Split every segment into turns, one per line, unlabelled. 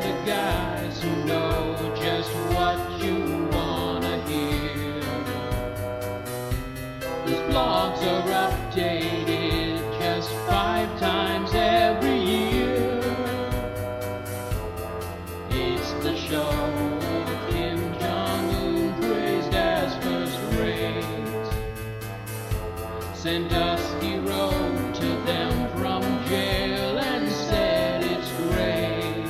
the guys who know just what you wanna hear. These blogs are updated just five times every year. It's the show of Kim Jong Un praised as first rate. Sandusky wrote to them from jail and said it's great.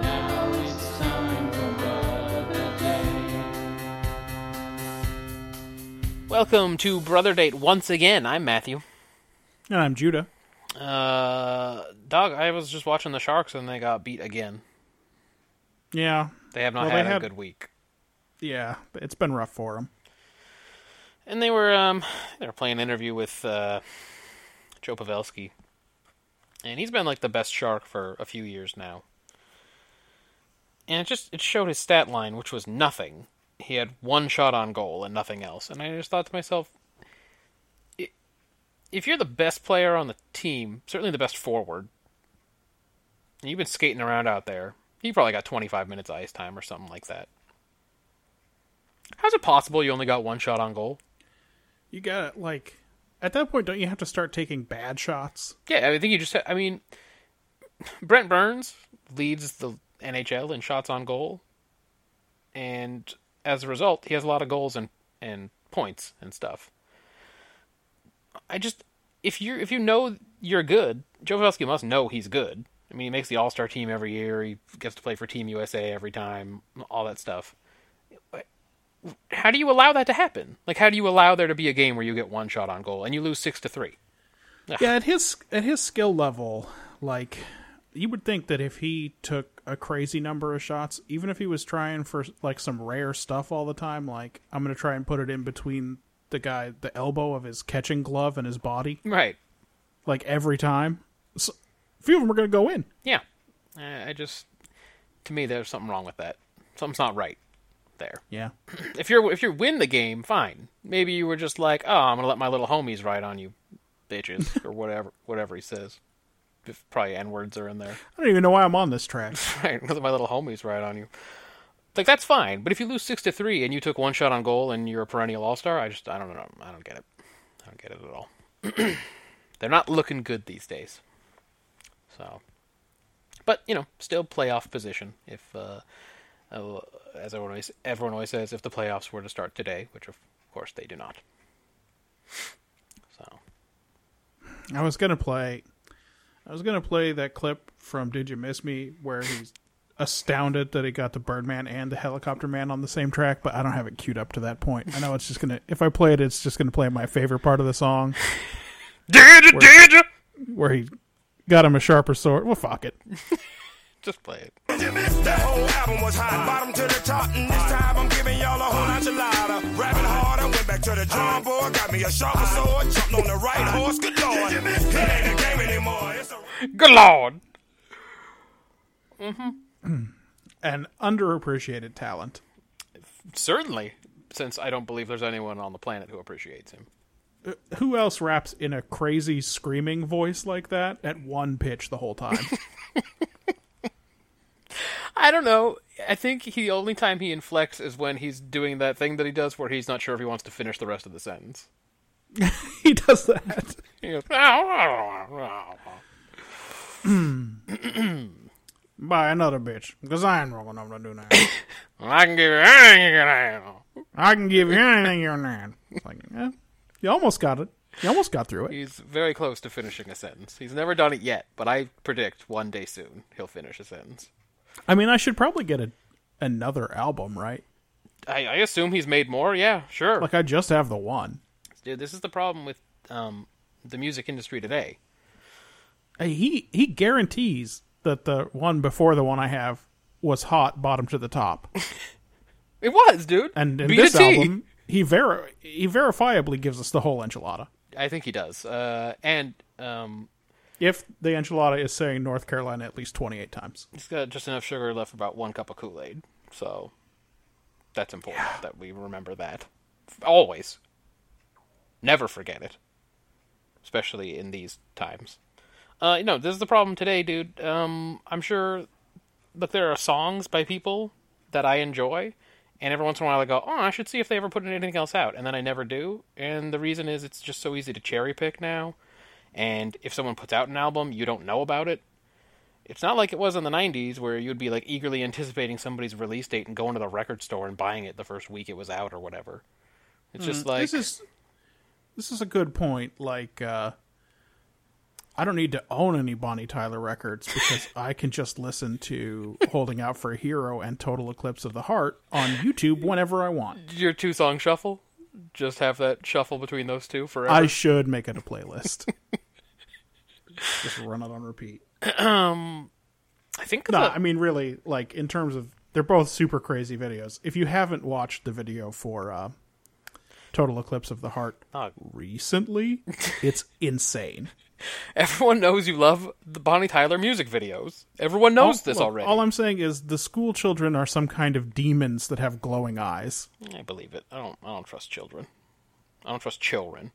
Now it's time for Brother Day.
Welcome to Brother Date once again. I'm Matthew.
And I'm Judah.
Uh, dog, I was just watching the Sharks and they got beat again.
Yeah.
They have not
Well, they
had a
have-
good week.
Yeah, but it's been rough for him.
And they were um they were playing an interview with uh Joe Pavelski. And he's been like the best shark for a few years now. And it just it showed his stat line, which was nothing. He had one shot on goal and nothing else. And I just thought to myself, i- if you're the best player on the team, certainly the best forward, and you've been skating around out there, he probably got 25 minutes of ice time or something like that. How's it possible you only got one shot on goal?
You got to like at that point don't you have to start taking bad shots?
Yeah, I think you just. I mean, Brent Burns leads the NHL in shots on goal, and as a result, he has a lot of goals and and points and stuff. I just if you if you know you're good, Joe Pavelski must know he's good. I mean, he makes the All Star team every year. He gets to play for Team USA every time. All that stuff. How do you allow that to happen? Like, how do you allow there to be a game where you get one shot on goal and you lose six to three?
Yeah, at his at his skill level, like you would think that if he took a crazy number of shots, even if he was trying for like some rare stuff all the time, like I'm going to try and put it in between the guy the elbow of his catching glove and his body
Right.
like every time. So, a few of them are going to go in.
Yeah. I I just to me there's something wrong with that. Something's not right there.
Yeah.
If you're if you win the game, fine. Maybe you were just like, "Oh, I'm going to let my little homies ride on you bitches" or whatever whatever he says. If probably n-words are in there.
I don't even know why I'm on this track.
Right. Let my little homies ride on you. Like that's fine, but if you lose 6 to 3 and you took one shot on goal and you're a perennial all-star, I just I don't know. I don't get it. I don't get it at all. They're not looking good these days. So, but you know, still playoff position. If uh, uh, as everyone always, everyone always says, if the playoffs were to start today, which of course they do not. So
I was gonna play. I was gonna play that clip from "Did You Miss Me" where he's astounded that he got the Birdman and the Helicopter Man on the same track, but I don't have it queued up to that point. I know it's just gonna. If I play it, it's just gonna play my favorite part of the song
did you, did you?
where he got him a sharper sword. Well, fuck it.
Just play it.
That whole album was hot, bottom to the top, and this time I'm giving y'all a whole enchilada. Rapping hard, I went back to the drawing board, got me a sharper sword, jumped on the right horse, good lord. It ain't a game anymore. It's a-
Good lord.
An underappreciated talent.
Certainly, since I don't believe there's anyone on the planet who appreciates him.
Who else raps in a crazy screaming voice like that at one pitch the whole time?
I don't know. I think he, the only time he inflects is when he's doing that thing that he does where he's not sure if he wants to finish the rest of the sentence.
he does that.
He goes, I
Buy another bitch, because I ain't rolling over to do that.
can give you anything you can handle.
I can give you anything you need. It's like, eh, you almost got it. You almost got through it.
He's very close to finishing a sentence. He's never done it yet, but I predict one day soon he'll finish a sentence.
I mean, I should probably get a, another album, right?
I, I assume he's made more. Yeah, sure.
Like, I just have the one.
Dude, this is the problem with um, the music industry today.
Hey, He he guarantees that the one before the one I have was hot, bottom to the top.
It was, dude.
And in
Beat
this
a T.
album, he ver he verifiably gives us the whole enchilada.
I think he does. Uh, and um,
If the enchilada is saying North Carolina at least twenty eight times,
He's got just enough sugar left for about one cup of Kool Aid. So That's important that we remember that. Always. Never forget it. Especially in these times. Uh, you know, this is the problem today, dude. Um, I'm sure look, there are songs by people that I enjoy, and every once in a while I go, oh, I should see if they ever put anything else out, and then I never do. And the reason is it's just so easy to cherry pick now. And if someone puts out an album, you don't know about it. It's not like it was in the 90s where you'd be like eagerly anticipating somebody's release date and going to the record store and buying it the first week it was out or whatever. It's just like
this is this is a good point. Like, uh, I don't need to own any Bonnie Tyler records because I can just listen to "Holding Out for a Hero" and "Total Eclipse of the Heart" on YouTube whenever I want.
your two song shuffle. Just have that shuffle between those two forever.
I should make it a playlist. just run it on repeat.
I think
No,
the-
I mean really, like in terms of they're both super crazy videos. If you haven't watched the video for uh Total Eclipse of the Heart
Oh.
recently, it's insane.
Everyone knows you love the Bonnie Tyler music videos. Everyone knows this
Oh, Look,
already.
All I'm saying is the school children are some kind of demons that have glowing eyes.
I believe it. I don't. I don't trust children. I don't trust children.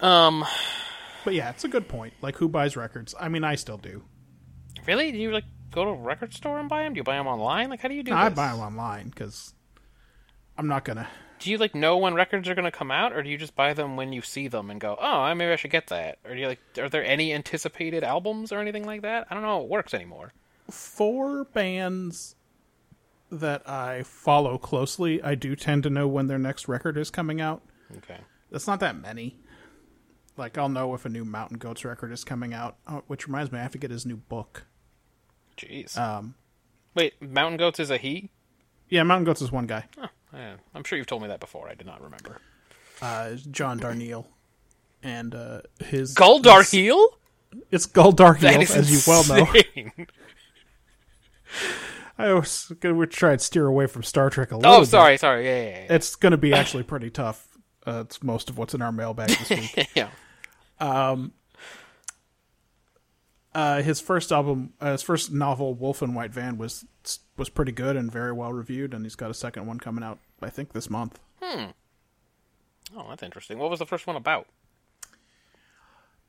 But yeah, it's a good point. Like who buys records? I mean, I still do.
Really? Do you like go to a record store and buy them? Do you buy them online? Like, how do you do?
I
this?
buy them online cuz I'm not going to
Do you like know when records are going to come out, or do you just buy them when you see them and go, "Oh, I- maybe I should get that"? Or do you like? Are there any anticipated albums or anything like that? I don't know how it works anymore.
four bands that I follow closely, I do tend to know when their next record is coming out.
Okay.
That's not that many. Like I'll know if a new Mountain Goats record is coming out, oh, which reminds me, I have to get his new book.
Jeez. Um. Wait, Mountain Goats is a he.
Yeah, Mountain Goats is one guy,
Yeah, I'm sure you've told me that before. I did not remember.
uh, John Darnielle, and uh, his
Guldar Heel.
It's Guldar
That
Heel,
is
as you well know.
insane.
I was gonna we try and steer away from Star Trek a little.
Oh,
bit.
sorry, sorry. Yeah, yeah, yeah.
It's gonna be actually pretty tough. Uh, it's most of what's in our mailbag this week.
yeah.
uh, his first album, uh, his first novel, Wolf and White Van, was was pretty good and very well reviewed, and he's got a second one coming out, I think, this month.
Oh, that's interesting. What was the first one about?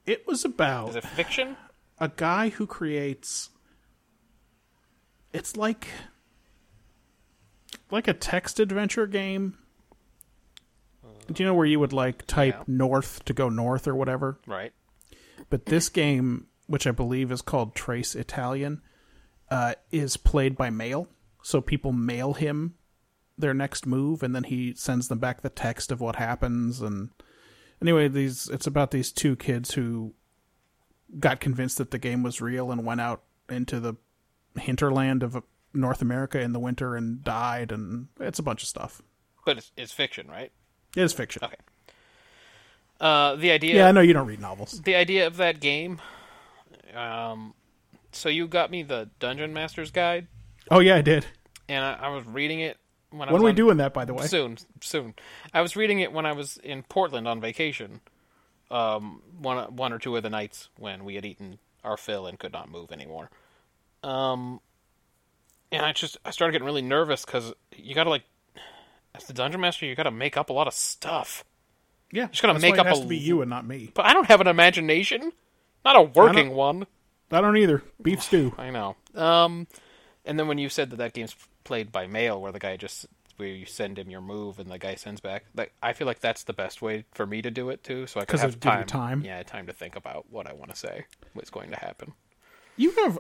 It was about
Is it fiction?
a guy who creates. It's like like a text adventure game. Do you know where you would like type
Yeah.
north to go north or whatever?
Right.
but
Mm-hmm.
this game, which I believe is called Trace Italian, uh, is played by mail. So people mail him their next move, and then he sends them back the text of what happens. And anyway, these it's about these two kids who got convinced that the game was real and went out into the hinterland of North America in the winter and died. And it's a bunch of stuff.
But it's, it's fiction, right?
It is fiction.
Okay. Uh, the idea.
Yeah, I know you don't read novels.
The idea of that game. Um, so you got me the Dungeon Master's Guide,
Oh yeah, I did.
and I, I was reading it when I
When
was
are we
on-
doing that, by the way?
soon, soon. I was reading it when I was in Portland on vacation. Um, one one or two of the nights when we had eaten our fill and could not move anymore. Um, and I just I started getting really nervous because you gotta like as the dungeon master you gotta make up a lot of stuff.
Yeah,
Just gotta
that's
make
why it
up
has
a
to be
l-
you and not me.
But I don't have an imagination, not a working one.
I don't either. Beef stew.
I know. Um, and then when you said that that game's played by mail, where the guy just where you send him your move and the guy sends back, like I feel like that's the best way for me to do it too, so I could
'Cause
have
it'd give you time.
Yeah, time to think about what I want to say, what's going to happen.
You have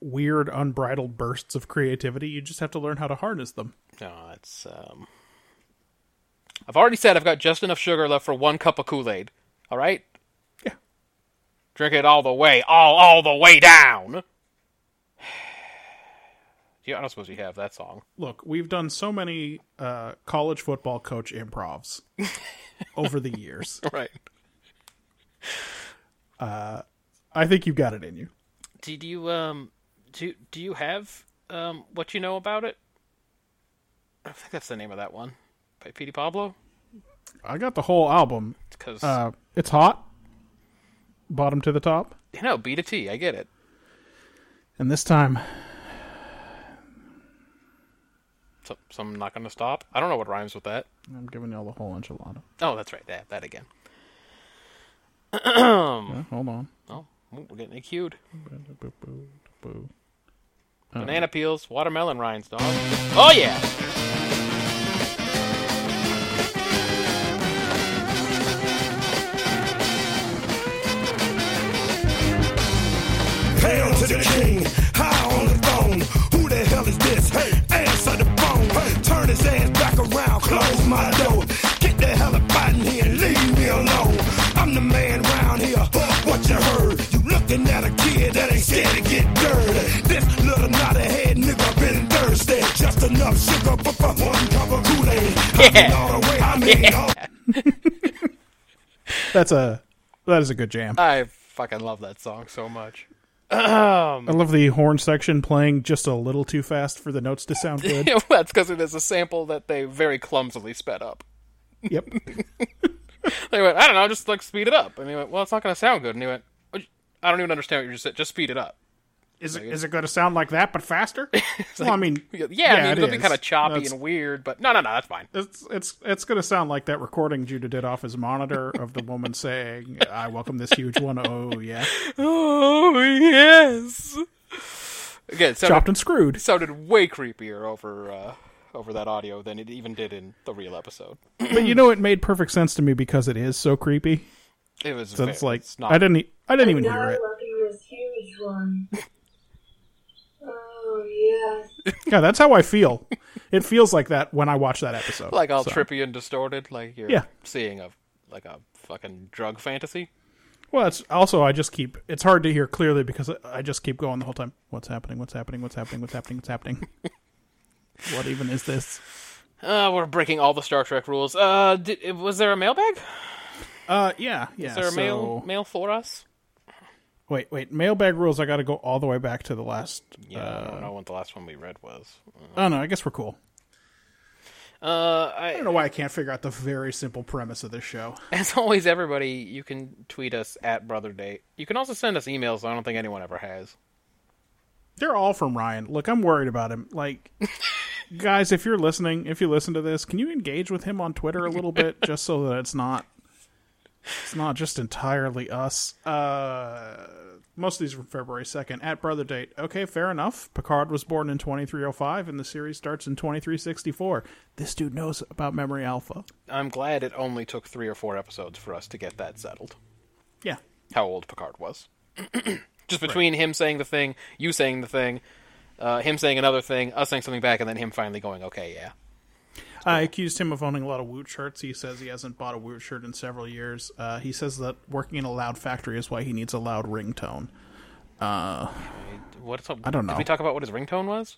weird, unbridled bursts of creativity. You just have to learn how to harness them.
No, it's um. I've already said I've got just enough sugar left for one cup of Kool Aid. All right.
Yeah.
Drink it all the way, all all the way down. yeah, I don't suppose you have that song.
Look, we've done so many uh, college football coach improvs over the years.
Right.
I think you've got it in you.
Did you um do do you have um what you know about it? I think that's the name of that one by Petey Pablo.
I got the whole album.
Because
Uh, it's hot, bottom to the top.
you know, B to T. I get it.
And this time,
So, some not gonna stop. I don't know what rhymes with that.
I'm giving y'all the whole enchilada.
Oh, that's right. That that again.
Yeah, hold on.
Oh, ooh, we're getting it cued. Banana peels, watermelon rinds, dog. Oh yeah.
Hail to the king, high on the throne. Who the hell is this? Hey, answer the phone. Turn his ass back around, close my door. Get the hell up out in here and leave me alone. I'm the man round here. What you heard? You looking at a kid that ain't scared to get dirty. This little knot head nigga been thirsty. Just enough sugar for for one cup of Kool-Aid. I mean all the way. I mean all
That's a that is a good jam.
I fucking love that song so much.
I love the horn section playing just a little too fast for the notes to sound good.
Well, that's because it is a sample that they very clumsily sped up.
yep.
They went, I don't know, just like speed it up. And he went, well, it's not going to sound good. And he went, "Oh, I don't even understand what you just said. Just speed it up.
Is it is it going to sound like that but faster? well, I mean,
Yeah, I mean, it'll be kind of choppy and weird, but no, no, no, that's fine.
It's it's it's going to sound like that recording Judah did off his monitor of the woman saying, "I welcome this huge one." Oh yeah,
Oh, yes. Again, it
chopped
sounded,
and screwed.
sounded way creepier over, uh, over that audio than it even did in the real episode.
But you know, it made perfect sense to me because it is so creepy.
It was
So it's
very-
like
it's not,
I didn't e- I didn't even
now
hear
I
it.
look at this huge one. oh, yes.
Yeah, that's how I feel. It feels like that when I watch that episode.
like all
So-
trippy and distorted, like you're
Yeah.
seeing a like a fucking drug fantasy.
Well, it's also I just keep. It's hard to hear clearly because I- I just keep going the whole time. What's happening? What's happening? What's happening? What's happening? What's happening? what even is this?
Uh, we're breaking all the Star Trek rules. Uh, did, was there a mailbag?
Uh, yeah, yeah.
Is there a
so,
mail mail for us?
Wait, wait. Mailbag rules. I got to go all the way back to the last.
Yeah, I don't know what the last one we read was.
Oh no, I guess we're cool.
Uh,
I
I,
don't know why I can't figure out the very simple premise of this show.
as always, everybody, you can tweet us at Brother Date. You can also send us emails. I don't think anyone ever has.
They're all from Ryan. Look, I'm worried about him. Like, guys, if you're listening, if you listen to this, can you engage with him on Twitter a little bit, just so that it's not, it's not just entirely us. Uh, most of these are from February second at Brother Date. Okay, fair enough. Picard was born in 2305, and the series starts in 2364. This dude knows about Memory Alpha.
I'm glad it only took three or four episodes for us to get that settled.
Yeah,
How old Picard was. Just between him saying the thing, you saying the thing, uh, him saying another thing, us saying something back, and then him finally going, "Okay, yeah."
I accused him of owning a lot of Woot shirts. He says he hasn't bought a Woot shirt in several years. Uh, he says that working in a loud factory is why he needs a loud ringtone.
What's up?
I don't
Did
know.
we talk about what his ringtone was?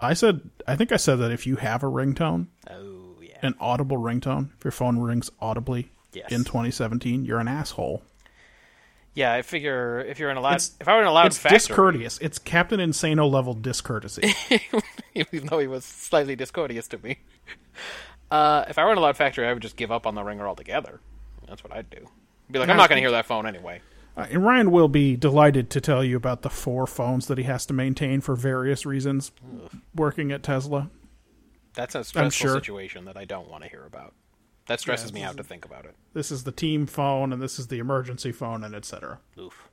I said, I think I said that if you have a ringtone,
Oh yeah.
an audible ringtone, if your phone rings audibly
Yes.
in 2017, you're an asshole.
Yeah, I figure if you're in a loud,
It's-
if I were in a loud
it's
factory,
discourteous. It's Captain Insano level discourtesy.
even though he was slightly discourteous to me. Uh, if I were in a loud factory, I would just give up on the ringer altogether. That's what I'd do. Be like, I'm not going to hear that phone anyway.
Uh, and Ryan will be delighted to tell you about the four phones that he has to maintain for various reasons working at Tesla.
That's a stressful
sure.
situation that I don't want to hear about. That stresses me out to think about it.
This is the team phone, and this is the emergency phone, and etc.
Oof.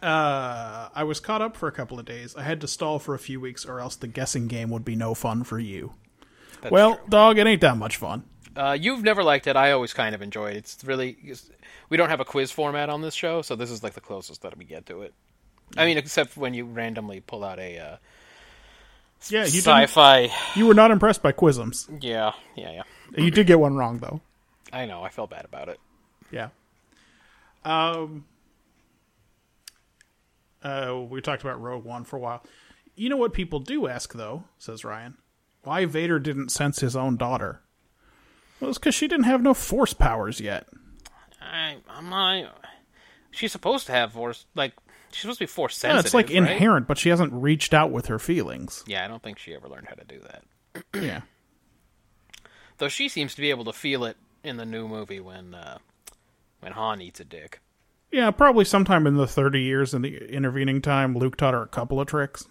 I was caught up for a couple of days. I had to stall for a few weeks, or else the guessing game would be no fun for you.
That's
well,
true.
dog, it ain't that much fun.
Uh, you've never liked it. I always kind of enjoy it. It's really it's- we don't have a quiz format on this show, so this is like the closest that we get to it. I mean, except when you randomly pull out a uh,
Yeah, you didn't,
sci-fi.
you were not impressed by Quisms.
Yeah, yeah, yeah.
You did get one wrong though.
I know. I felt bad about it.
Yeah. Um. Uh, we talked about Rogue One for a while. You know what people do ask though, says Ryan, why Vader didn't sense his own daughter. Well, it's because she didn't have no force powers yet.
I, I'm not. She's supposed to have force. Like she's supposed to be force
Yeah,
sensitive.
it's like
right?
inherent, but she hasn't reached out with her feelings.
Yeah, I don't think she ever learned how to do that.
Yeah.
Though she seems to be able to feel it in the new movie when uh, when Han eats a dick.
Yeah, probably sometime in the 30 years in the
Hmm.
intervening time, Luke taught her a couple of tricks.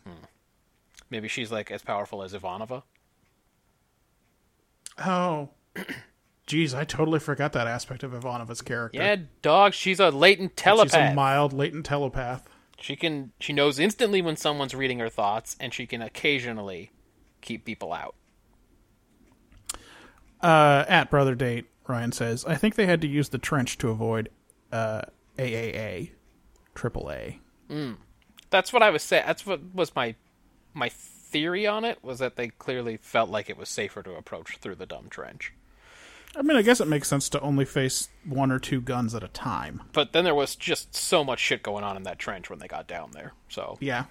Maybe she's like as powerful as Ivanova.
Oh. Geez, I totally forgot that aspect of Ivanova's character.
Yeah, dog. She's a latent telepath.
She's a mild, latent telepath.
She can she knows instantly when someone's reading her thoughts, and she can occasionally keep people out.
Uh, at Brother Date, Ryan says, I think they had to use the trench to avoid uh, AAA, AAA.
That's what I was saying. That's what was my my theory on it was that they clearly felt like it was safer to approach through the dumb trench.
I mean, I guess it makes sense to only face one or two guns at a time.
But then there was just so much shit going on in that trench when they got down there. So
Yeah.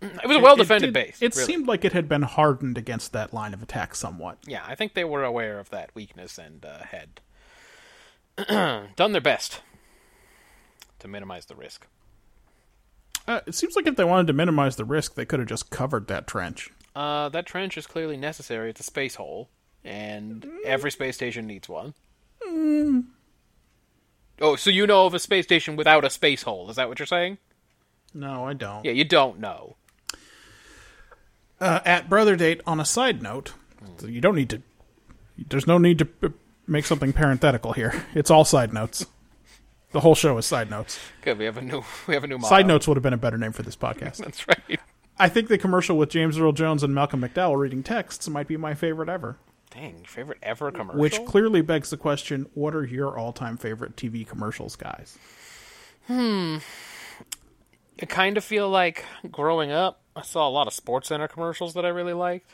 it was a well defended
did-
base.
It
really.
seemed like it had been hardened against that line of attack somewhat.
yeah. I think they were aware of that weakness and uh, had done their best to minimize the risk.
Uh, it seems like if they wanted to minimize the risk, they could have just covered that trench.
Uh, that trench is clearly necessary. It's a space hole, and every space station needs one.
Mm.
Oh, so you know of a space station without a space hole? Is that what you're saying?
No, I don't.
Yeah, you don't know.
Uh, at Brother Date, on a side note, so you don't need to. There's no need to p- make something parenthetical here. It's all side notes. The whole show is side notes.
Good, we have a new we have a new motto.
Side notes would have been a better name for this podcast.
That's right.
I think the commercial with James Earl Jones and Malcolm McDowell reading texts might be my favorite ever.
Dang, your favorite ever commercial.
Which clearly begs the question: What are your all-time favorite TV commercials, guys?
I kind of feel like growing up, I saw a lot of Sports Center commercials that I really liked.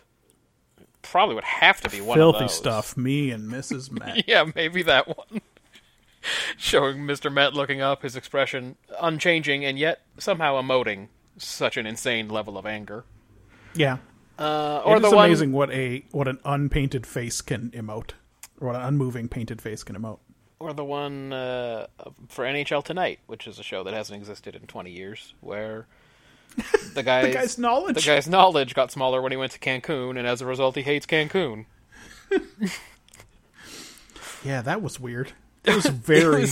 Probably would have to be one of
Filthy
those.
stuff. Me and Mrs. Mac.
Yeah, maybe that one. Showing Mr. Met looking up, his expression unchanging and yet somehow emoting such an insane level of anger.
yeah,
Uh, or
it
the
is
one,
amazing what a what an unpainted face can emote, or what an unmoving painted face can emote.
or the one uh, for NHL Tonight, which is a show that hasn't existed in 20 years, where the guy's,
guy's knowledge.
the guy's knowledge got smaller when he went to Cancun, and as a result, he hates Cancun.
Yeah, that was weird. It was very,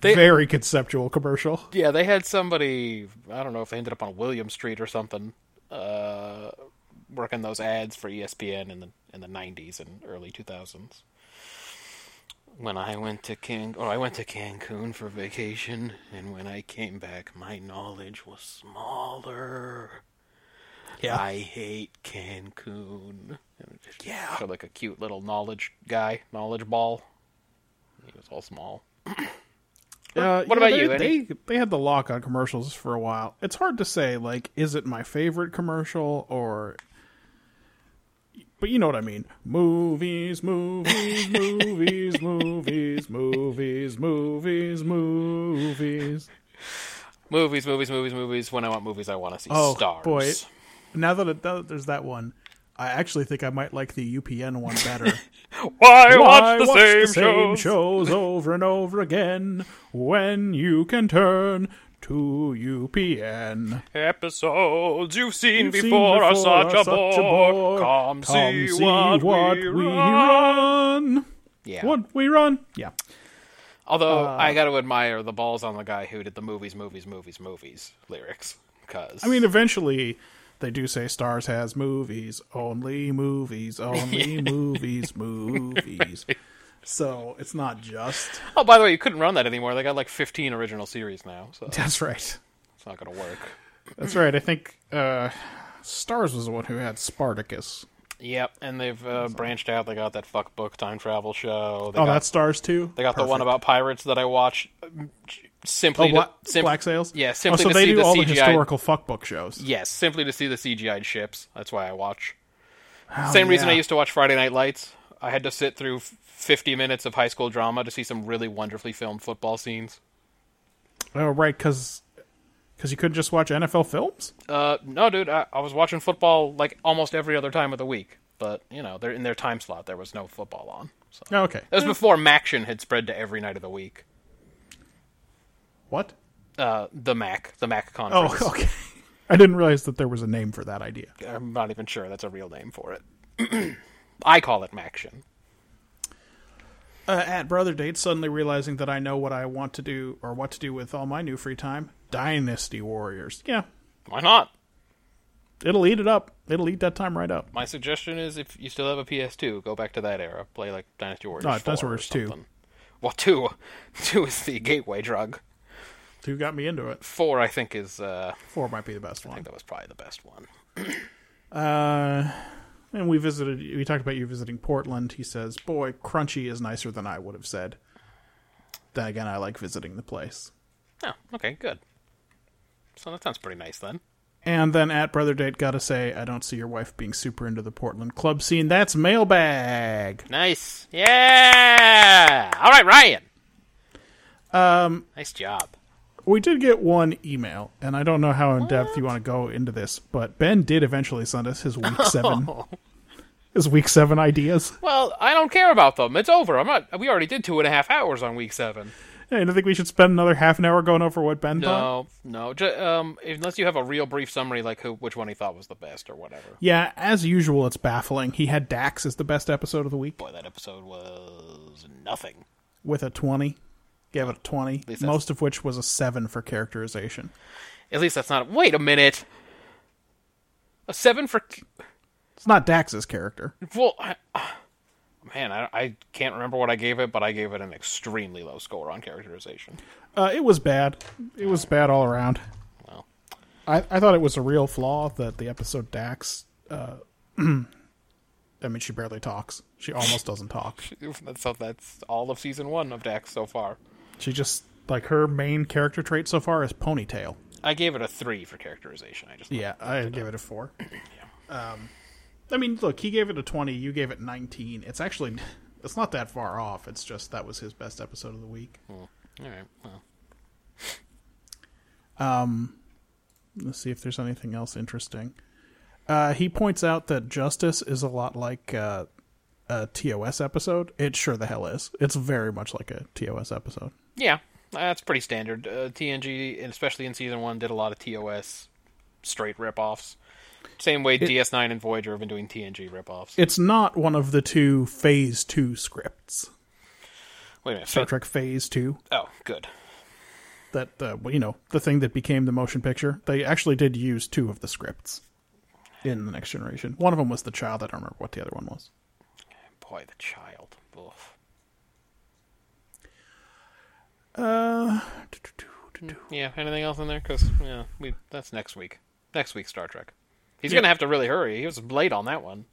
they-
very conceptual commercial.
Yeah, they had somebody. I don't know if they ended up on William Street or something, uh, working those ads for E ESPN in the in the '90s and early 2000s. When I went to Can or I went to Cancun for vacation, and when I came back, my knowledge was smaller.
Yeah.
I hate Cancun. Yeah, like a cute little knowledge guy, knowledge ball. He was all small.
Uh,
What
yeah,
about
they,
you, Eddie?
They they had the lock on commercials for a while. It's hard to say. Like, is it my favorite commercial or? But you know what I mean. Movies, movies, movies, movies, movies, movies, movies.
Movies, movies, movies, movies. When I want movies, I want to see
Oh
stars.
boy! Now that, it, now that there's that one, I actually think I might like the UPN one better.
Why,
Why
watch the same, shows?
shows over and over again when you can turn to UPN?
Episodes you've seen,
You've seen
before, are such, a, bore.
bore.
Come, see, what, we, run.
run.
Yeah.
What we run. Yeah.
Although I got to admire the balls on the guy who did the movies, movies, movies, movies lyrics. Cause
I mean, eventually they do say Stars has movies, only movies, only movies, movies. So it's not just.
oh, by the way, you couldn't run that anymore. They got like 15 original series now, so
That's right.
it's not going to work.
That's right. I think uh, Stars was the one who had Spartacus.
Yep, and they've uh, branched out. They got that fuck book time travel show. They
Oh,
got,
that's Stars too.
they got the one
Perfect.
about pirates that I watched. um, Simply,
Oh, Bla-
to, sim-
Black Sails.
Yeah,
Oh,
simply
so
to
they
see
do
the
all
CGI.
the historical fuckbook shows.
Yes, simply to see the CGI ships. That's why I watch.
Oh,
Same reason I
yeah.
used to watch Friday Night Lights. I had to sit through f- 50 minutes of high school drama to see some really wonderfully filmed football scenes.
Oh, right, because you couldn't just watch NFL films.
Uh, no, dude, I, I was watching football like almost every other time of the week. But you know, they're in their time slot. There was no football on. So
Oh, okay.
that was before Maction had spread to every night of the week.
What?
Uh, the Mac, the Mac
Oh,
conference.
okay. I didn't realize that there was a name for that idea.
I'm not even sure that's a real name for it. I call it Maction.
Uh, at brother date, suddenly realizing that I know what I want to do or what to do with all my new free time. Dynasty Warriors. Yeah,
Why not?
It'll eat it up. It'll eat that time right up.
My suggestion is if you still have a PS2, go back to that era. Play like Dynasty Warriors.
Oh,
4
Dynasty
or
Warriors 2.
something. Well, two, two is the gateway drug.
Two got me into it.
Four, I think, is uh,
Four might be the best
I
one.
think that was probably the best one.
Uh, and we visited. We talked about you visiting Portland. He says, "Boy, crunchy is nicer than I would have said." Then again, I like visiting the place.
Oh, okay, good. So that sounds pretty nice then.
And then at brother date, gotta say, I don't see your wife being super into the Portland club scene. That's mailbag.
Nice. Yeah. All right, Ryan. Um. Nice job.
We did get one email, and I don't know how in depth you want to go into this, but Ben did eventually send us his week seven, his week seven ideas.
Well, I don't care about them. It's over. I'm not. We already did two and a half hours on week seven.
Hey, I don't think we should spend another half an hour going over what Ben thought.
No, no. Ju- um, unless you have a real brief summary, like who, which one he thought was the best or whatever.
Yeah, as usual, it's baffling. He had Dax as the best episode of the week
Boy, that episode was nothing.
with a twenty. Gave it a twenty,
least that's-
most of which was a seven for characterization.
At least that's not. Wait a minute. A seven for.
It's not Dax's character.
Well, I, uh, man, I, I can't remember what I gave it, but I gave it an extremely low score on characterization.
Uh, it was bad. It was bad all around.
Well.
I, I thought it was a real flaw that the episode Dax. Uh, I mean, she barely talks. She almost doesn't talk.
So that's all of season one of Dax so far.
She just like her main character trait so far is ponytail.
I gave it a three for characterization. I just
Yeah, I give it a four. Um, I mean, look, he gave it a twenty. You gave it nineteen. It's actually, it's not that far off. It's just that was his best episode of the week.
All right. Well,
Let's see if there's anything else interesting. Uh, he points out that Justice is a lot like uh, a TOS episode. It sure the hell is. It's very much like a TOS episode.
yeah, that's pretty standard. Uh, TNG, and especially in season one, did a lot of TOS straight ripoffs. Same way DS9 and Voyager have been doing TNG ripoffs.
It's not one of the two Phase 2 scripts.
Wait a minute.
Star
Fa-
Trek Phase 2.
oh, good.
That, uh, well, you know, the thing that became the motion picture. They actually did use two of the scripts in The Next Generation. One of them was The Child. I don't remember what the other one was.
Boy, the child. Oof.
Uh,
Yeah. Anything else in there? Because yeah, we that's next week. Next week, Star Trek. He's gonna have to really hurry. He was late on that one,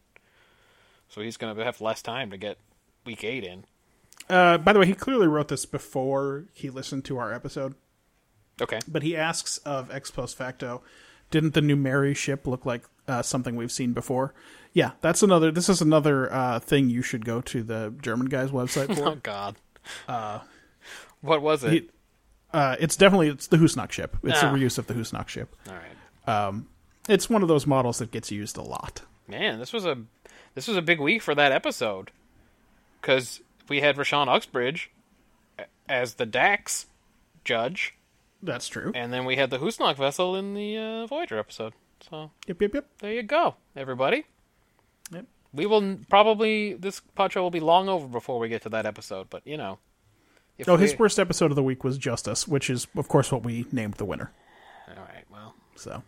so he's gonna have less time to get week eight in.
Uh, by the way, he clearly wrote this before he listened to our episode.
Okay.
but he asks of ex post facto didn't the new mary ship look like uh, something we've seen before yeah that's another this is another uh, thing you should go to the german guy's website
Oh
for
God. what was it?
he- uh, it's definitely it's the husnach ship it's
Ah.
a reuse of the husnach ship
All right,
it's one of those models that gets used a lot
man. This was a this was a big week for that episode because we had Rashawn Uxbridge a- as the Dax judge,
that's true
and then we had the Husnock vessel in the uh, Voyager episode. So
yep yep yep
there you go, everybody.
Yep.
We will n- probably this pod show will be long over before we get to that episode, but you know. If
no his
we-
worst episode of the week was justice which is of course what we named the winner
All right, well,
so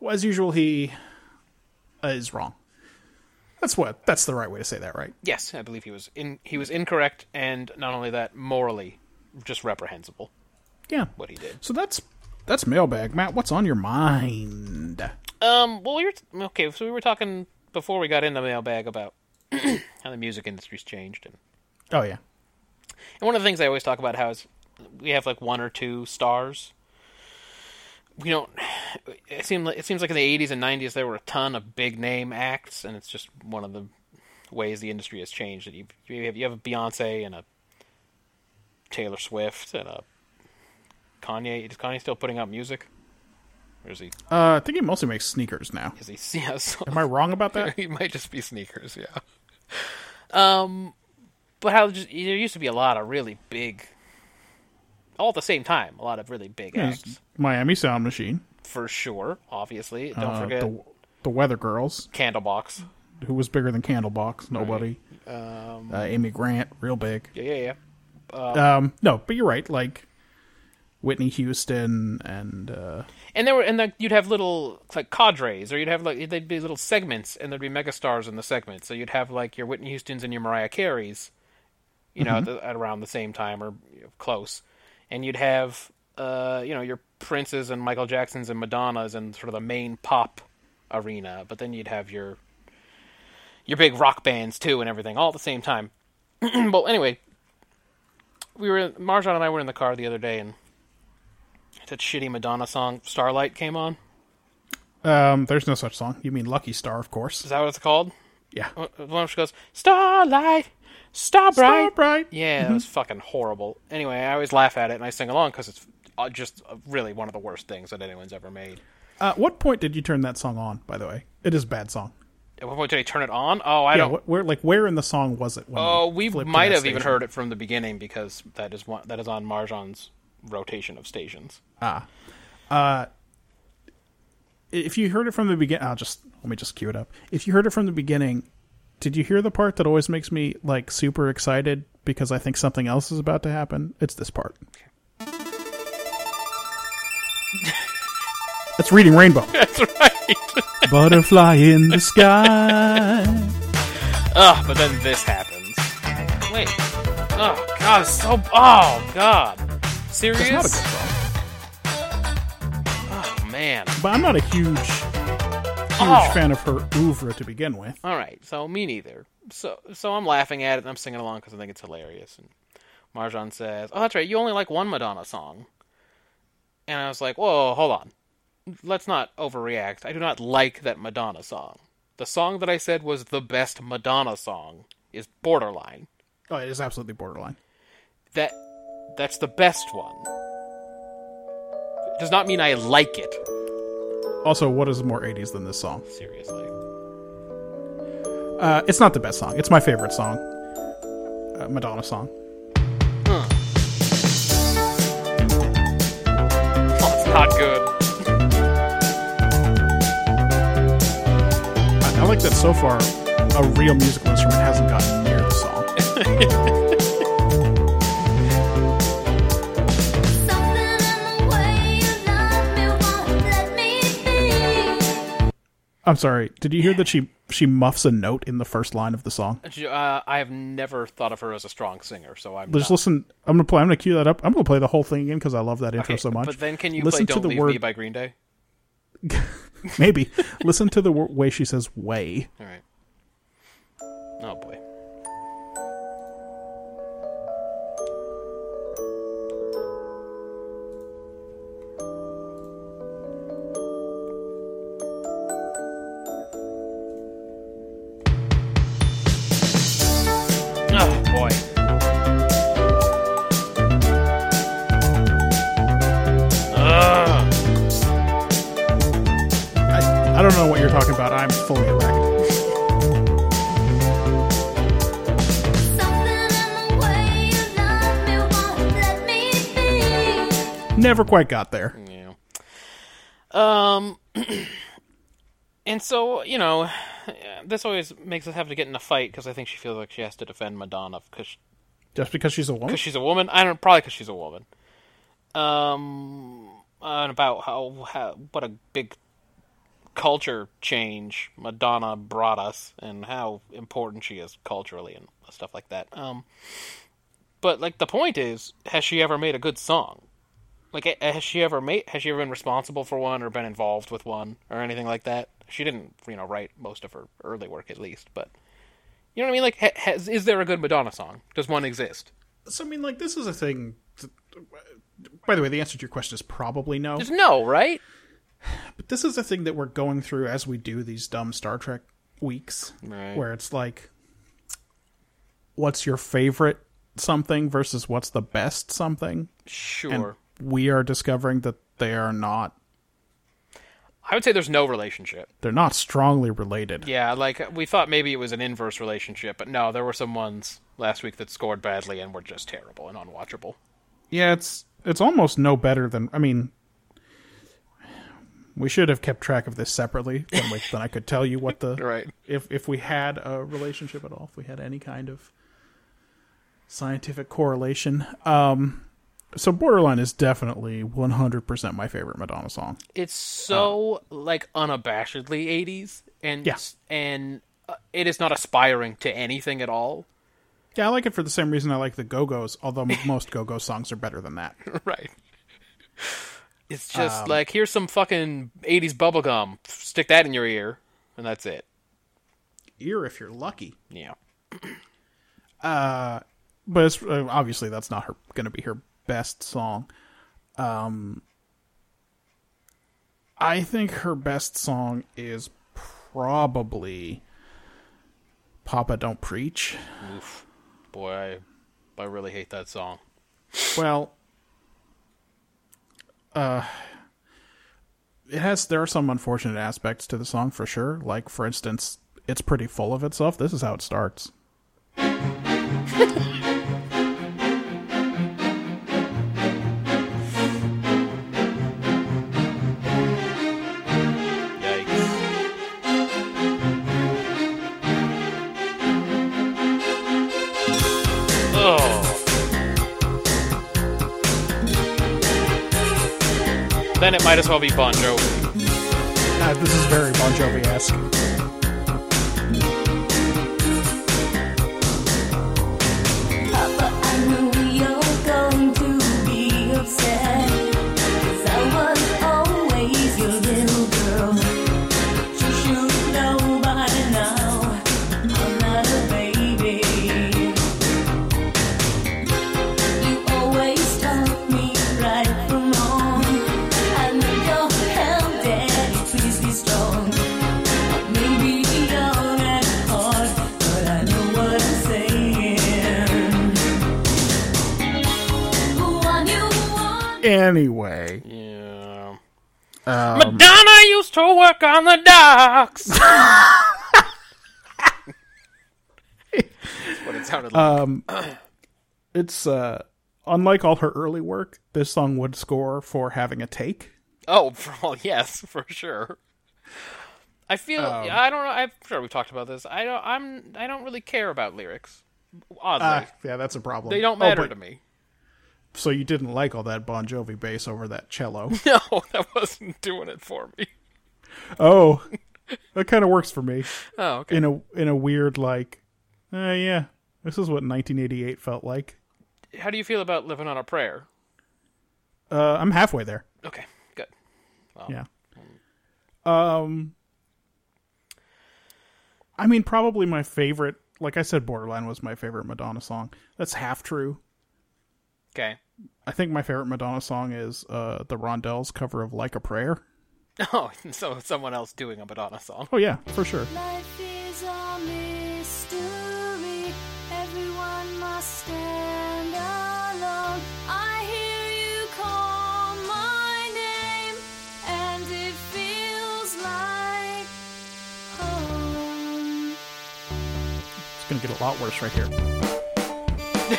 well, as usual he uh, is wrong that's what that's the right way to say that right
yes, I believe he was in. He was incorrect, and not only that, morally, just reprehensible
yeah
what he did.
So that's that's mailbag, Matt. What's on your mind?
Um, well, we were t- okay. So we were talking before we got into mailbag about how the music industry's changed, and,
Oh yeah,
and one of the things I always talk about how is we have like one or two stars. We don't. It seems like it seems like in the '80s and '90s there were a ton of big name acts, and it's just one of the ways the industry has changed. That you you have, you have a Beyonce and a Taylor Swift and a Kanye. Is Kanye still putting out music? Or is he?
uh, I think he mostly makes sneakers now.
Is he? Yes.
Am I wrong about that?
it might just be sneakers, yeah. Um, but how just, there used to be a lot of really big, all at the same time, a lot of really
Hmm.
big acts
Miami Sound Machine.
for sure. Obviously, don't
Uh,
forget
the the Weather Girls,
Candlebox.
who was bigger than Candlebox. Nobody. Um, uh, Amy Grant, real big.
Yeah, yeah, yeah.
Um, no, but you're right. Like Whitney Houston and uh,
And there were, and like you'd have little like cadres, or you'd have like they'd be little segments, and there'd be megastars in the segment. So you'd have like your Whitney Houston's and your Mariah Careys, you know, at, the, at around the same time or you know, close, and you'd have uh, you know your Princes and Michael Jacksons and Madonnas and sort of the main pop arena, but then you'd have your your big rock bands too and everything all at the same time. well, anyway, we were Marjan and I were in the car the other day and that shitty Madonna song Starlight came on.
um, there's no such song. You mean Lucky Star, of
Is
course.
that what it's called?
Yeah.
The one where she goes Starlight, Starbright.
Starbright.
Yeah, that
Mm-hmm.
was fucking horrible. Anyway, I always laugh at it and I sing along because it's uh, just uh, really one of the worst things that anyone's ever made.
Uh, what point did you turn that song on? By the way, it is a bad song.
At what point did I turn it on? Oh, I
Yeah,
don't.
wh- where like where in the song was it? When
Oh, we
flipped to
might
that
have even
station?
heard it from the beginning because that is one that is on Marjan's rotation of stations.
If you heard it from the beginning, I'll just let me just cue it up. If you heard it from the beginning, did you hear the part that always makes me like super excited because I think something else is about to happen? It's this part. That's reading rainbow.
That's right.
Butterfly in the sky.
Ugh, but then this happens. Wait. Oh god, it's so oh god. Serious?
It's not a good song,
Oh man.
but I'm not a huge, huge
Oh.
fan of her oeuvre to begin with.
All right, so me neither. So so I'm laughing at it and I'm singing along because I think it's hilarious. And Marjan says, "Oh, that's right. You only like one Madonna song." And I was like, "Whoa, hold on. Let's not overreact. I do not like that Madonna song. The song that I said was the best Madonna song is borderline.
Oh, it is absolutely borderline.
That that's the best one. It does not mean I like it.
Also, what is more 80s than this song?
Seriously."
Uh, it's not the best song. It's my favorite song. Uh, Madonna song.
Oh, it's not good.
I, I like that so far, a real musical instrument hasn't gotten near the song.
Something in the way you love me won't let me be.
I'm sorry. Did you hear that she she muffs a note in the first line of the song?
Uh, I have never thought of her as a strong singer, so I'm
Just
not.
listen. I'm gonna play. I'm gonna cue that up. I'm gonna play the whole thing again because I love that intro
Okay,
so much.
But then can you
listen
play Don't
to the
Leave
word
Me by Green Day?
maybe? listen to the wor- way she says "way."
All right. Oh boy. Oh boy. Ugh.
I, I don't know what you're talking about. I'm fully erect.
Something in the way you love me won't let me be.
Never quite got there.
Yeah. Um, and so you know, this always makes us have to get in a fight because I think she feels like she has to defend Madonna because
Just because she's a woman.
because she's a woman. I don't probably because she's a woman. Um, and about how, how what a big culture change Madonna brought us, and how important she is culturally and stuff like that. Um, but like the point is, has she ever made a good song? Like, eh, has she ever made? Has she ever been responsible for one or been involved with one or anything like that? She didn't, you know, write most of her early work at least, but. You know what I mean? Like, ha- has, is there a good Madonna song? Does one exist?
So I mean, like this is a thing. that- by the way, the answer to your question is probably no.
There's no, right?
this is the thing that we're going through as we do these dumb Star Trek weeks,
Right.
where it's like, what's your favorite something versus what's the best something?
Sure.
We are discovering that they are not.
I would say there's no relationship.
They're not strongly related.
Yeah, like we thought maybe it was an inverse relationship, but no, there were some ones last week that scored badly and were just terrible and unwatchable.
Yeah, it's it's almost no better than. I mean, we should have kept track of this separately. Then, we, then I could tell you what the
Right.
if if we had a relationship at all, if we had any kind of scientific correlation. Um, So Borderline is definitely 100% my favorite Madonna song.
It's so like unabashedly 80s and
Yeah.
and uh, it is not aspiring to anything at all.
Yeah, I like it for the same reason I like the Go Go's, although m- most Go Go songs are better than that.
Right. Um, It's just like here's some fucking 80s bubblegum. Stick that in your ear and that's it.
Ear if you're lucky.
Yeah.
But it's, uh, obviously, that's not her going to be her best song. Um, I think her best song is probably Papa Don't Preach.
Oof. Boy, I, I really hate that song.
Well, uh, it has there are some unfortunate aspects to the song for sure. Like for instance, it's pretty full of itself. This is how it starts.
Yikes. Oh. Then it might as well be Bon Jovi.
Uh, this is very Bon Jovi esque.
Papa, I know you're going to be upset. 'Cause I was always your little girl. But you should know by now I'm not a baby. You always taught me right from wrong. I know your help, Daddy, please be strong. Maybe young at heart, but I know what I'm saying. One you want.
Anyway,
Yeah. Madonna used to work on the docks. That's what it sounded like.
it's uh, unlike all her early work. This song would score for having a take.
Oh, for all, yes, for sure. I feel
Um,
I don't know. I'm sure we've talked about this. I don't. I'm. I don't really care about lyrics. Oddly,
Ah, yeah, that's a problem.
they don't
Oh,
matter
but-
to me.
So you didn't like all that Bon Jovi bass over that cello?
No, that wasn't doing it for me.
oh, that kind of works for me.
Oh, okay.
in a in a weird like uh, yeah this is what 1988 felt like
How do you feel about living on a prayer?
uh, i'm halfway there
Okay, good.
yeah um i mean probably my favorite like i said borderline was my favorite madonna song that's half true
Okay.
i think my favorite madonna song is uh the rondells cover of like a prayer
Oh, so someone else doing a Madonna song.
oh yeah for sure
Life is a mystery. Everyone must stand alone. I hear you call my name, and it feels like home.
it's gonna get a lot worse right here
When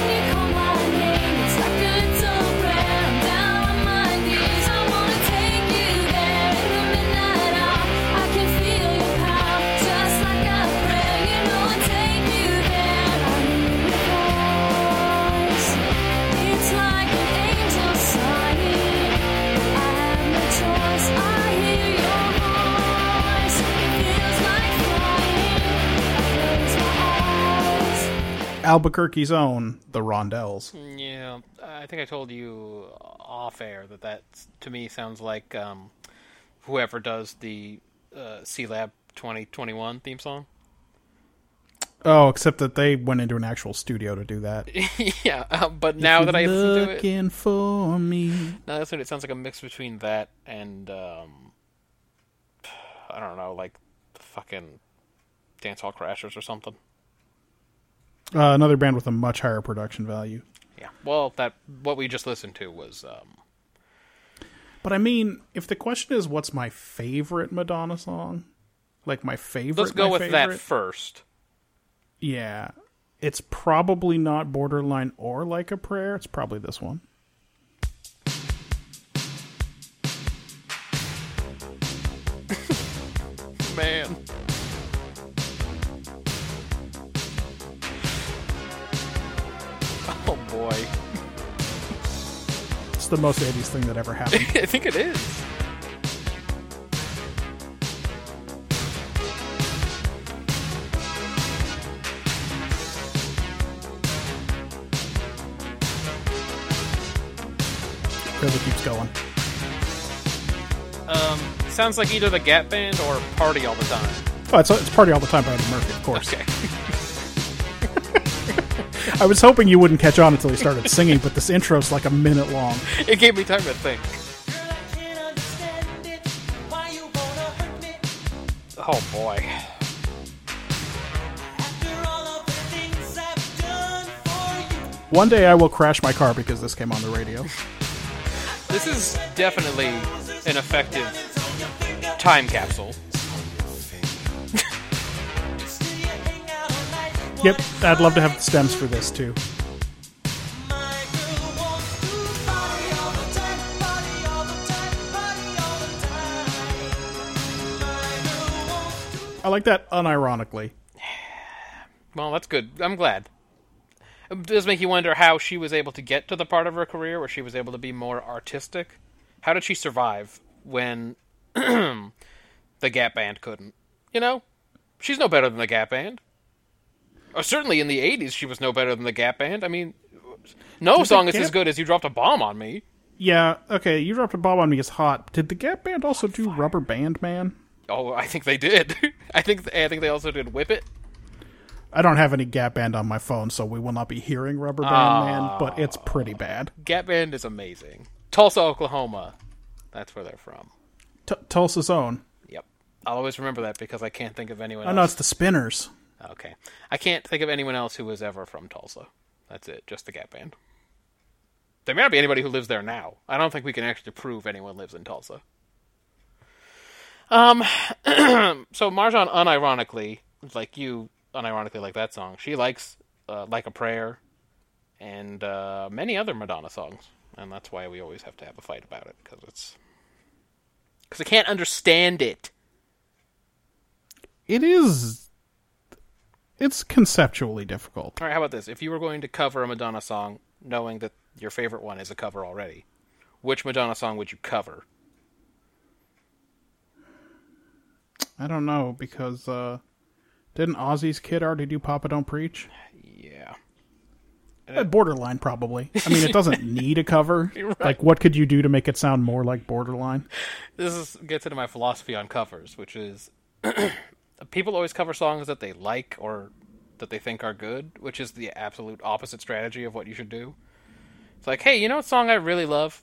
you call my name, it's like a little prayer. I'm down on my knees. I wanna take you there in the midnight hour. I can feel your power, just like a prayer. You know I take you there. I hear your voice. It's like an angel sighing. I have no choice. I hear your voice. It feels like flying. I close my eyes.
albuquerque's own the rondells
Yeah, I think I told you off air that that to me sounds like um, whoever does the uh, C Lab 2021 theme song.
oh except that they went into an actual studio to do that
yeah, um, but now that I listen to it,
looking for me
now that's what it sounds like a mix between that and um, I don't know, like fucking Dance Hall Crashers or something.
Uh, another band with a much higher production value.
Yeah. Well, that what we just listened to was um,
But I mean, if the question is what's my favorite Madonna song, like my favorite,
let's go
my
with that
favorite,
first.
yeah, it's probably not Borderline or Like a Prayer. It's probably this one.
Man. Oh, boy.
It's the most 80s thing that ever happened.
I think it is.
really keeps going.
Um, sounds like either the Gap Band or Party All the Time.
Oh, it's, it's Party All the Time by Eddie Murphy, of course.
Okay.
I was hoping you wouldn't catch on until he started singing, but this intro's like a minute long.
It gave me time to think. Oh boy.
One day I will crash my car because this came on the radio.
This is definitely an effective time capsule.
Yep, I'd love to have the stems for this too. I like that unironically.
Well, that's good. I'm glad. It does make you wonder how she was able to get to the part of her career where she was able to be more artistic. How did she survive when the Gap Band couldn't? You know, she's no better than the Gap Band. Or certainly in the 80s, she was no better than the Gap Band. I mean, no song is
Gap-
as good as You Dropped a Bomb on Me.
Yeah, okay, you dropped a bomb on me is hot. Did the Gap Band also do Rubber Band Man?
Oh, I think they did. I think I think they also did Whip It.
I don't have any Gap Band on my phone, so we will not be hearing Rubber Band Man, but it's pretty bad.
Gap Band is amazing. Tulsa, Oklahoma. That's where they're from.
T- Tulsa's own.
Yep. I'll always remember that because I can't think of anyone
Oh
else.
no, it's the Spinners.
Okay. I can't think of anyone else who was ever from Tulsa. That's it. Just the Gap Band. There may not be anybody who lives there now. I don't think we can actually prove anyone lives in Tulsa. Um, so Marjan, unironically, like you, unironically like that song, she likes uh, "Like a Prayer" and uh, many other Madonna songs, and that's why we always have to have a fight about it because it's because I can't understand it.
It is. It's conceptually difficult.
All right, how about this? If you were going to cover a Madonna song, knowing that your favorite one is a cover already, which Madonna song would you cover?
I don't know because uh didn't Ozzy's kid already do Papa Don't Preach?
Yeah.
Uh, borderline, probably. I mean, it doesn't need a cover. Like, what could you do to make it sound more like Borderline?
This is, gets into my philosophy on covers, which is people always cover songs that they like or that they think are good, which is the absolute opposite strategy of what you should do. It's like, hey, you know what song I really love?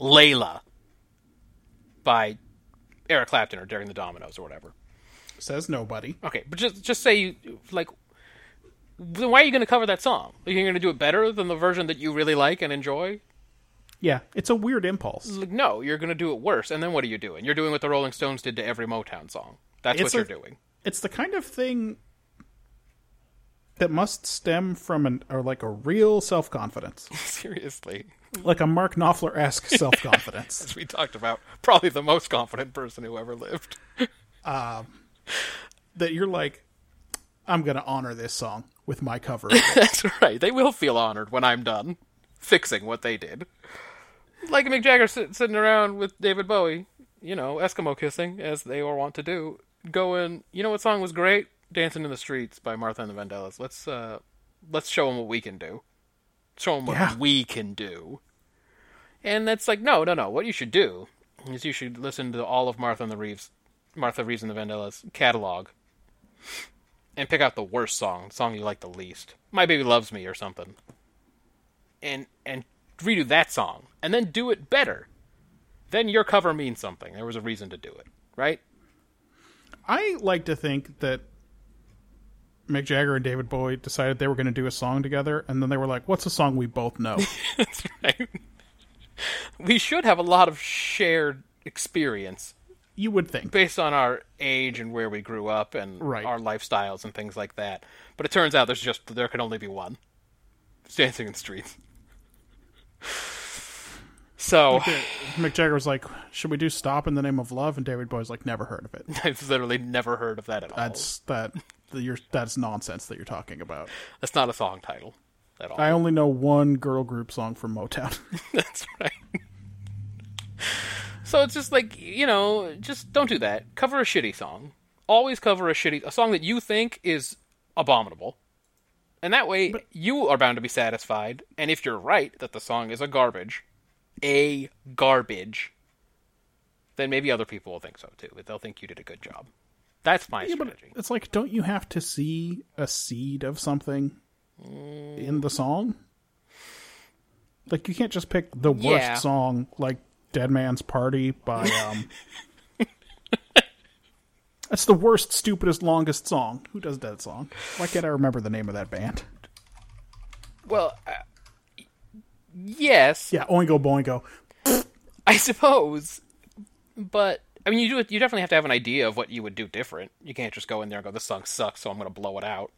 Layla by Eric Clapton or During the Dominoes or whatever.
Says nobody.
Okay, but just just say you like. Then why are you going to cover that song? You're going to do it better than the version that you really like and enjoy.
Yeah, it's a weird impulse.
Like, no, you're going to do it worse. And then what are you doing? You're doing what the Rolling Stones did to every Motown song. That's what
It's a-
you're doing.
It's the kind of thing that must stem from an or like a real self confidence,
Seriously,
like a Mark Knopfler esque self confidence.
as we talked about, probably the most confident person who ever lived.
that you're like, I'm gonna honor this song with my cover.
That's right. They will feel honored when I'm done fixing what they did. Like Mick Jagger sit, sitting around with David Bowie, you know, Eskimo kissing, as they were wont to do, going, you know what song was great? Dancing in the Streets by Martha and the Vandellas. Let's, uh, let's show them what we can do. Show them what
Yeah.
we can do. And that's like, no, no, no. What you should do is you should listen to all of Martha and the Reeves, Martha Reeves and the Vandellas catalog and pick out the worst song, the song you like the least. My baby loves me or something. And and redo that song and then do it better. Then your cover means something. There was a reason to do it, right?
I like to think that Mick Jagger and David Bowie decided they were going to do a song together, and then they were like, "What's a song we both know?"
We should have a lot of shared experience
you would think.
based on our age and where we grew up and
Right.
our lifestyles and things like that. But it turns out there's just there can only be one. It's dancing in the streets. So
Mick Jagger was like, "Should we do Stop in the Name of Love?" And David Bowie's like, "Never heard of it.
I've literally never heard of that at all.
That's that you're that's nonsense that you're talking about."
That's not a song title. at all.
I only know one girl group song from Motown.
That's right. so it's just like you know, just don't do that. Cover a shitty song. Always cover a shitty a song that you think is abominable, and that way you are bound to be satisfied. And if you're right that the song is a garbage, a garbage, then maybe other people will think so too. They'll think you did a good job. That's my
Yeah, but
strategy.
it's like, don't you have to see a seed of something in the song? Like, you can't just pick the worst
Yeah.
song, like "Dead Man's Party" by um. That's the worst, stupidest, longest song. Who does that song? Why can't I remember the name of that band?
Well, uh, yes,
Yeah, Oingo Boingo.
I suppose, but I mean, you do you definitely have to have an idea of what you would do different. You can't just go in there and go, "This song sucks, so I'm going to blow it out,"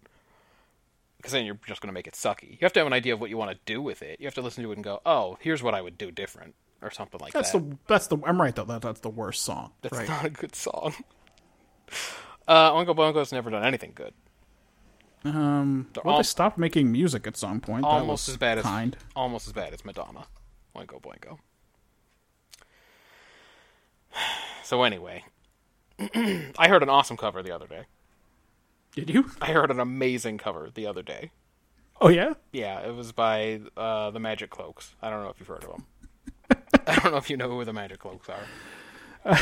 because then you're just going to make it sucky. You have to have an idea of what you want to do with it. You have to listen to it and go, "Oh, here's what I would do different," or something like
That's
that.
the that's the. I'm right though. That, that's the worst song.
That's
right.
not a good song. Uh, Oingo Boingo's never done anything good. Um,
well, they stopped making music at some point. That
almost
was
as bad as
kind.
almost as bad as Madonna. Oingo Boingo. So anyway, I heard an awesome cover the other day.
Did you?
I heard an amazing cover the other day.
Oh yeah.
Yeah, it was by uh, the Magic Cloaks. I don't know if you've heard of them. I don't know if you know who the Magic Cloaks are.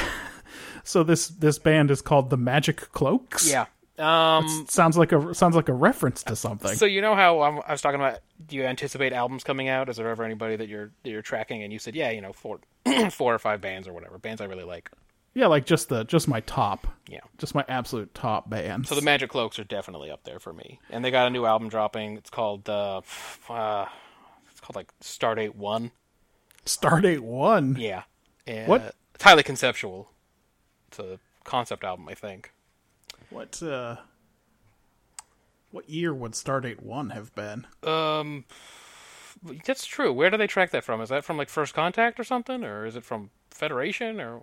So this this band is called the Magic Cloaks.
Yeah. Um.
sounds like a sounds like a reference to something.
So you know how um, I was talking about? Do you anticipate albums coming out? Is there ever anybody that you're that you're tracking? And you said, yeah, you know, four, four or five bands or whatever bands I really like.
yeah, like just the just my top,
Yeah.
just my absolute top band.
So the Magic Cloaks are definitely up there for me, and they got a new album dropping. It's called uh, f- uh it's called like Stardate One.
Stardate One.
Yeah. And
What?
It's highly conceptual. It's a concept album, I think.
What uh, what year would Stardate One have been?
Um, that's true. Where do they track that from? Is that from like First Contact or something, or is it from Federation? Or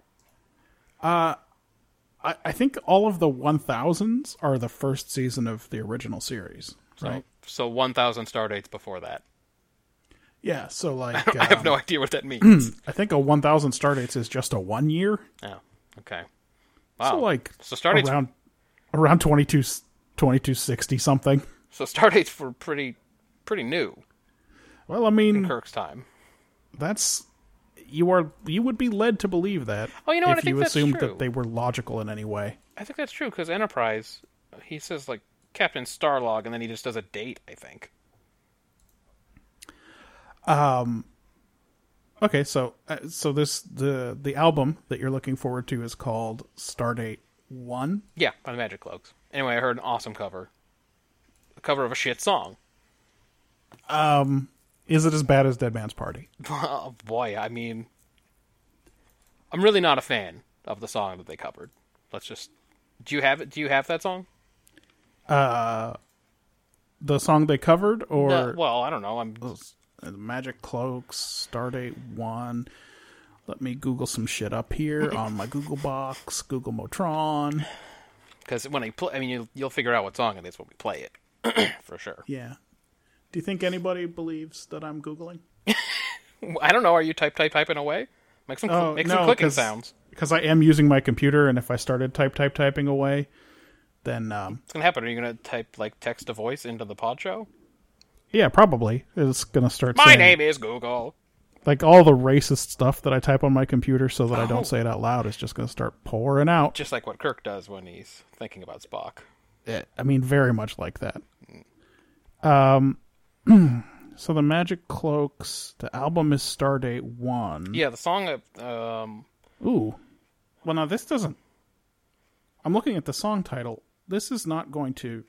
I, I think all of the one thousands are the first season of the original series, right?
so one thousand Stardates before that.
Yeah. So like,
I have
um,
no idea what that means.
I think a one thousand Stardates is just a one year.
oh, okay. Wow.
So like,
Oh. so Stardates
around around 22, 2260 something.
so Stardates were pretty pretty new
Well, I mean,
in Kirk's time.
that's you are you would be led to believe that.
Oh, you know
if
what? I think
you
that's
assumed
true.
that they were logical in any way.
I think that's true because Enterprise, he says like Captain Starlog, and then he just does a date. I think.
Okay, so uh, so this the the album that you're looking forward to is called Stardate One.
Yeah, by the Magic Cloaks. Anyway, I heard an awesome cover, a cover of a shit song.
Is it as bad as Dead Man's Party?
Oh boy, I mean, I'm really not a fan of the song that they covered. Let's just. Do you have it? Do you have that song?
The song they covered, or
Uh, well, I don't know. I'm
uh, Magic Cloaks, Stardate One. Let me Google some shit up here on my Google box, Google Motron.
because when I play, I mean, you'll, you'll figure out what song it is when we play it, for sure.
Yeah. Do you think anybody believes that I'm googling?
I don't know. Are you type type typing away? Make some
Oh,
cl- make some clicking sounds.
Because I am using my computer, and if I started type, type, typing away, then um,
What's gonna happen? Are you gonna type like text to voice into the pod show?
yeah, probably it's gonna start.
My
saying,
name is Google.
like all the racist stuff that I type on my computer, so that I
Oh.
don't say it out loud, is just gonna start pouring out.
Just like what Kirk does when he's thinking about Spock.
I mean, very much like that. Um, so the Magic Cloaks, the album is Stardate One.
Yeah, the song. uh, Um,
Ooh. Well, now this doesn't. I'm looking at the song title. This is not going to.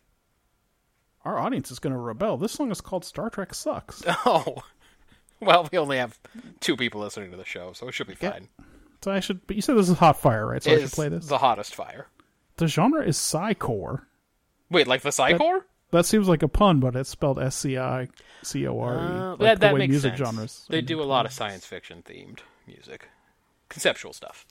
Our audience is going to rebel. This song is called Star Trek Sucks.
oh, well, we only have two people listening to the show, so it should be fine.
so I should. But you said this is Hot Fire, right? So I should
Is
play this.
The hottest fire.
The genre is Psycore.
Wait, like the Psychor?
That seems like a pun, but it's spelled S C I C O R E. like
Uh, that
the
that
way
makes
music
sense.
genres.
They do a lot of science fiction themed music, conceptual stuff.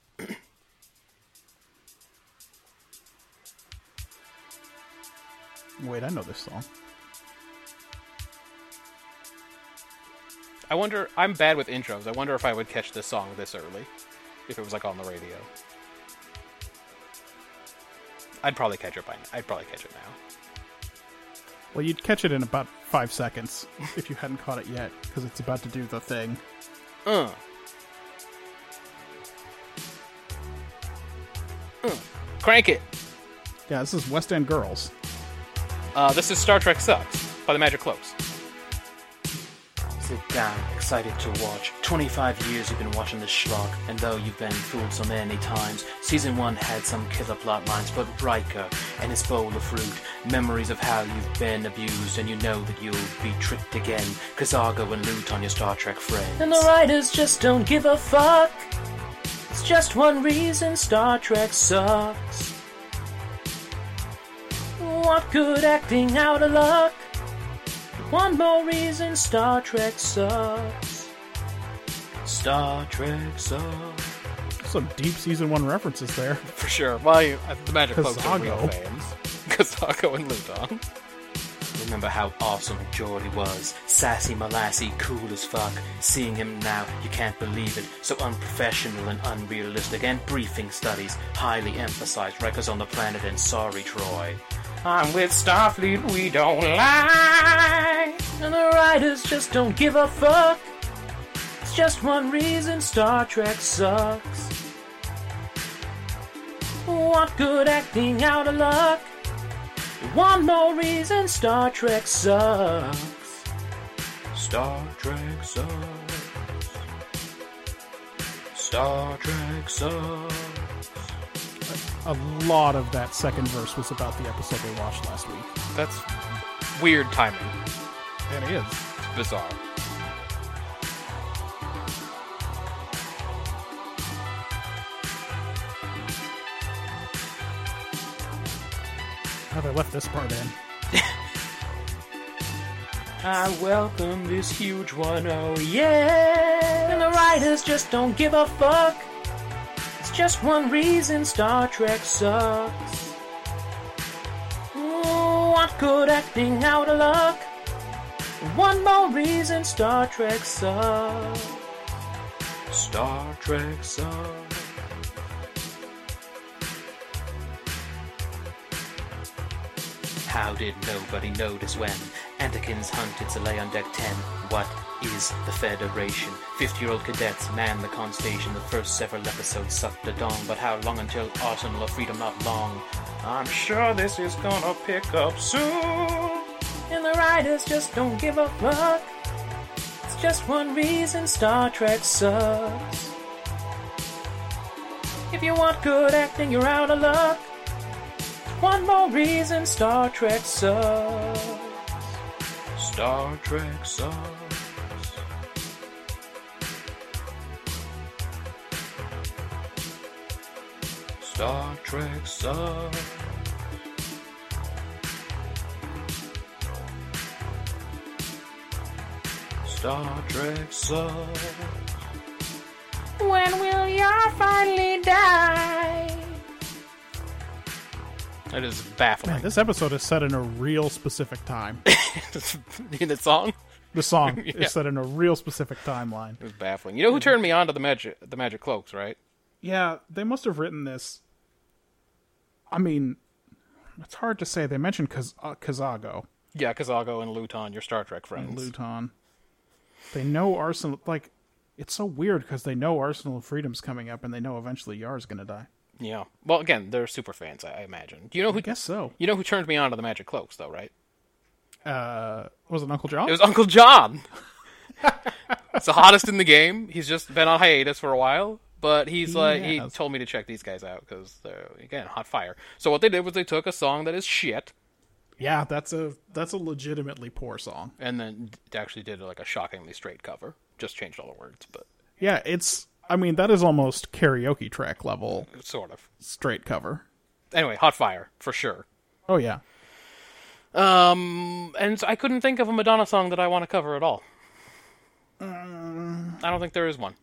Wait, I know this song.
I wonder. I'm bad with intros. I wonder if I would catch this song this early, if it was like on the radio. I'd probably catch it by. I'd probably catch it now.
Well, you'd catch it in about five seconds if you hadn't caught it yet, because it's about to do the thing.
Uh. Uh. Crank it.
Yeah, this is West End Girls.
Uh, this is Star Trek Sucks by the Magic Cloaks.
Sit down, excited to watch. 25 years you've been watching this schlock, and though you've been fooled so many times, season 1 had some killer plot lines, but Riker and his bowl of fruit, memories of how you've been abused, and you know that you'll be tricked again, cause Argo and Luton, your Star Trek friends. And the writers just don't give a fuck. It's just one reason Star Trek sucks. What good acting out of luck? One more reason Star Trek sucks. Star Trek sucks.
Some deep season one references there.
For sure. Well, you, uh, the Magic Cloaks are real
Kazago.
fans. Kazago and Luton.
Remember how awesome Geordie was? Sassy molassy, cool as fuck. Seeing him now, you can't believe it. So unprofessional and unrealistic, and briefing studies highly emphasize records on the planet and sorry, Troy. I'm with Starfleet, we don't lie. And the writers just don't give a fuck. It's just one reason Star Trek sucks. What good acting out of luck? One more reason Star Trek sucks. Star Trek sucks. Star Trek sucks.
A lot of that second verse was about the episode we watched last week.
That's weird timing.
It is.
It's bizarre.
How they left this part in.
I welcome this huge one, oh yeah! And the writers just don't give a fuck. It's just one reason Star Trek sucks. Ooh, what good acting out of luck? One more reason Star Trek sucks. Star Trek sucks. How did nobody notice when Anakin's hunted Soleil on Deck 10? What is the Federation? 50 year old cadets man the con station. The first several episodes sucked a dong, but how long until Arsenal of Freedom? Not long. I'm sure this is gonna pick up soon. And the writers just don't give a fuck. It's just one reason Star Trek sucks. If you want good acting, you're out of luck. One more reason Star Trek sucks. Star Trek sucks. Star Trek sucks. Star Trek sucks. When will Yar finally die?
That is baffling.
Man, this episode is set in a real specific time.
in the song?
The song
Yeah.
is set in a real specific timeline.
It was baffling. You know who turned me on to the magic the magic cloaks, right?
Yeah, they must have written this. I mean, it's hard to say. They mentioned Kaz- uh, Kazago
Yeah, Kazago and Luton, your Star Trek friends.
and Luton. They know Arsenal. Like, it's so weird because they know Arsenal of Freedom's coming up, and they know eventually Yar's gonna die.
Yeah. Well, again, they're super fans, I I imagine. Do you know who?
I guess so.
You know who turned me on to the magic cloaks, though, right?
Uh, was it Uncle John?
It was Uncle John. it's the hottest in the game. He's just been on hiatus for a while, but he's like he
has.
told me to check these guys out because they're again hot fire. So what they did was they took a song that is shit
yeah, that's a that's a legitimately poor song.
and then d- actually did like a shockingly straight cover. Just changed all the words, but
Yeah, it's. I mean, that is almost karaoke track level
sort of.
straight cover.
Anyway, hot fire for sure.
Oh yeah,
Um, and so I couldn't think of a Madonna song that I want to cover at all. I don't think there is one.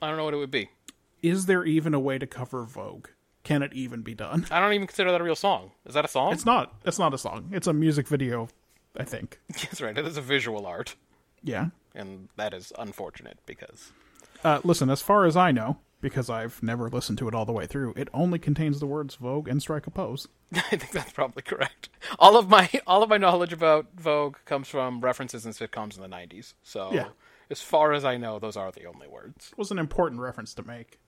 I don't know what it would be.
is there even a way to cover Vogue? Can it even be done?
I don't even consider that a real song. Is that a song?
It's not. It's not a song. It's a music video, I think.
That's right. It is a visual art.
Yeah.
and that is unfortunate because
Uh, listen, as far as I know, because I've never listened to it all the way through, it only contains the words Vogue and Strike a Pose.
I think that's probably correct. All of my all of my knowledge about Vogue comes from references in sitcoms in the '90s. So,
Yeah.
as far as I know, those are the only words.
It was an important reference to make.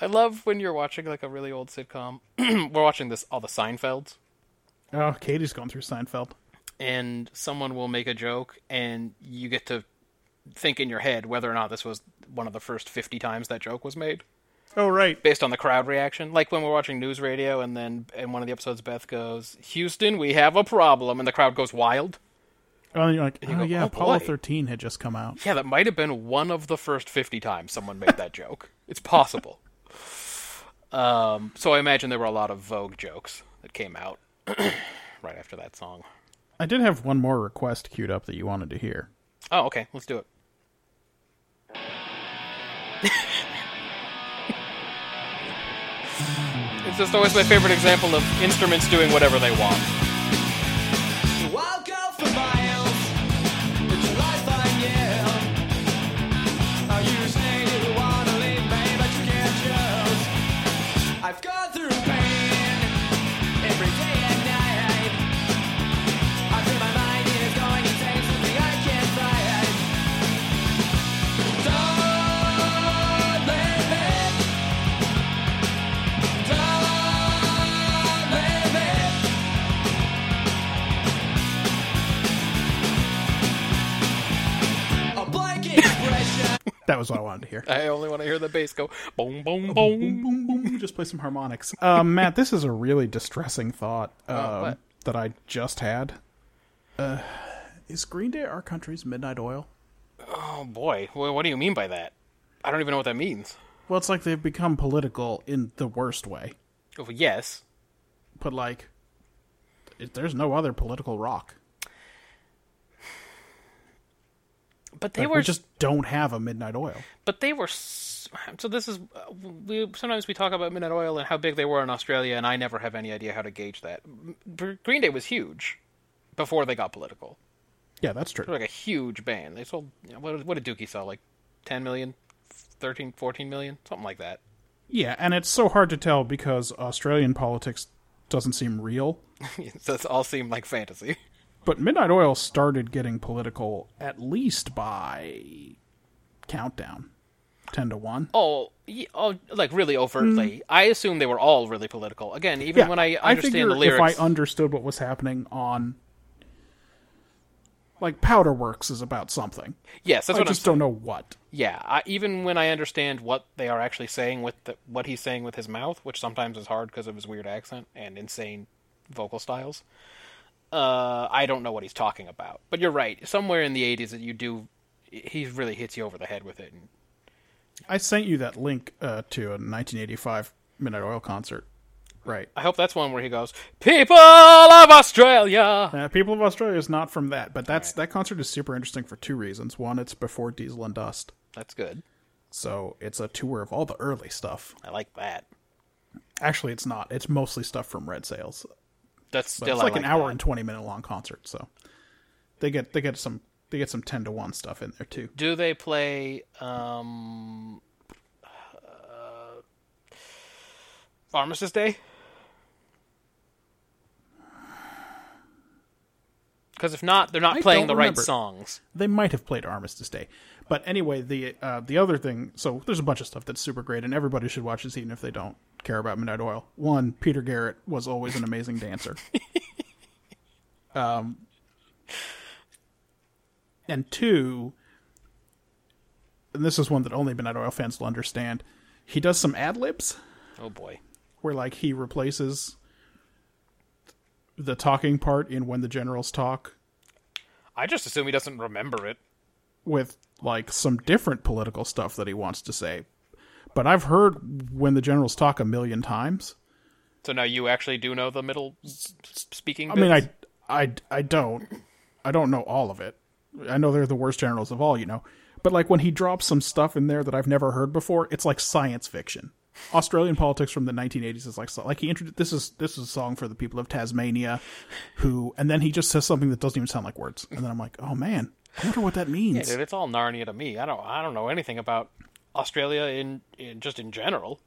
I love when you're watching like a really old sitcom. We're watching this all the Seinfelds,
Oh, Katie's going through Seinfeld.
and someone will make a joke, and you get to think in your head whether or not this was one of the first 50 times that joke was made
Oh, right.
based on the crowd reaction like when we're watching news radio and then in one of the episodes beth goes houston we have a problem and the crowd goes wild
Oh, and you're like, oh,
go,
yeah,
"Oh,
Apollo
boy."
13 had just come out.
yeah that might have been one of the first 50 times someone made that joke it's possible um, so i imagine there were a lot of vogue jokes that came out right after that song
I did have one more request queued up that you wanted to hear.
Oh, okay. Let's do it. it's just always my favorite example of instruments doing whatever they want.
I'll go for miles until I find you. Are you saying you wanna leave me, but you can't choose? I've gone through pain every day and night. I feel my mind is going insane, something I can't fight. Don't leave me. Don't leave me. A blank expression.
That was what I wanted to hear.
I only want to hear the bass go boom, boom, Oh, boom.
boom, boom. Just play some harmonics. Um, Matt, this is a really distressing thought um,
Oh, what?
that I just had. Uh, is Green Day our country's midnight oil?
Oh boy, Wha- what do you mean by that? I don't even know what that means.
Well, it's like they've become political in the worst way,
Oh, yes,
but like, it- there's no other political rock.
but they
Like,
were
we just don't have a midnight oil.
but they were. s- So this is uh, we sometimes we talk about Midnight Oil and how big they were in Australia, and I never have any idea how to gauge that. Gr- Green Day was huge before they got political.
Yeah, that's true.
They're like a huge band. They sold you know, what, what did Dookie sell? Like 10 million, 13, 14 million, something like that.
Yeah, and it's so hard to tell because Australian politics doesn't seem real.
so it's all seemed like fantasy.
But Midnight Oil started getting political at least by countdown, ten to one.
Oh, ye- oh, like really overtly.
Mm-hmm.
I assume they were all really political. Again, even when I
figure
understand the lyrics,
If I understood what was happening on, like Powderworks is about something.
yes, that's
I
what I'm
just
saying.
don't know what.
Yeah, I, even when I understand what they are actually saying with the, what he's saying with his mouth, which sometimes is hard because of his weird accent and insane vocal styles, uh, I don't know what he's talking about. But you're right. Somewhere in the '80s, that you do, he really hits you over the head with it. And
I sent you that link uh, to a 1985 Midnight Oil concert. Right.
I hope that's one where he goes, "People of Australia."
Uh, People of Australia is not from that, but that's that concert is super interesting for two reasons. One, it's before Diesel and Dust,
That's good.
so it's a tour of all the early stuff.
I like that.
Actually, it's not. It's mostly stuff from Red Sails.
That's
But
still
it's
I
like, an hour
that.
and twenty minute long concert, so they get they get some they get some ten to one stuff in there too.
Do they play um, uh, Armistice Day? Because if not, they're not
I
playing
don't
the
remember.
right songs.
They might have played Armistice Day, but anyway, the uh, the other thing. So there's a bunch of stuff that's super great, and everybody should watch this, even if they don't care about Midnight Oil. One, Peter Garrett was always an amazing dancer. um, and two, and this is one that only Midnight Oil fans will understand. He does some ad libs.
Oh boy,
where like he replaces the talking part in when the generals talk
I just assume he doesn't remember it.
with like some different political stuff that he wants to say. But I've heard when the generals talk a million times.
So now you actually do know the middle s- s- speaking.
I mean,
bits?
I I I don't I don't know all of it. I know they're the worst generals of all, you know. But like when he drops some stuff in there that I've never heard before, it's like science fiction. Australian politics from the 1980s is like like he introduced this is this is a song for the people of Tasmania, who and then he just says something that doesn't even sound like words, and then I'm like, oh man, I wonder what that
Yeah,
means.
dude, it's all Narnia to me. I don't I don't know anything about Australia in, in just in general.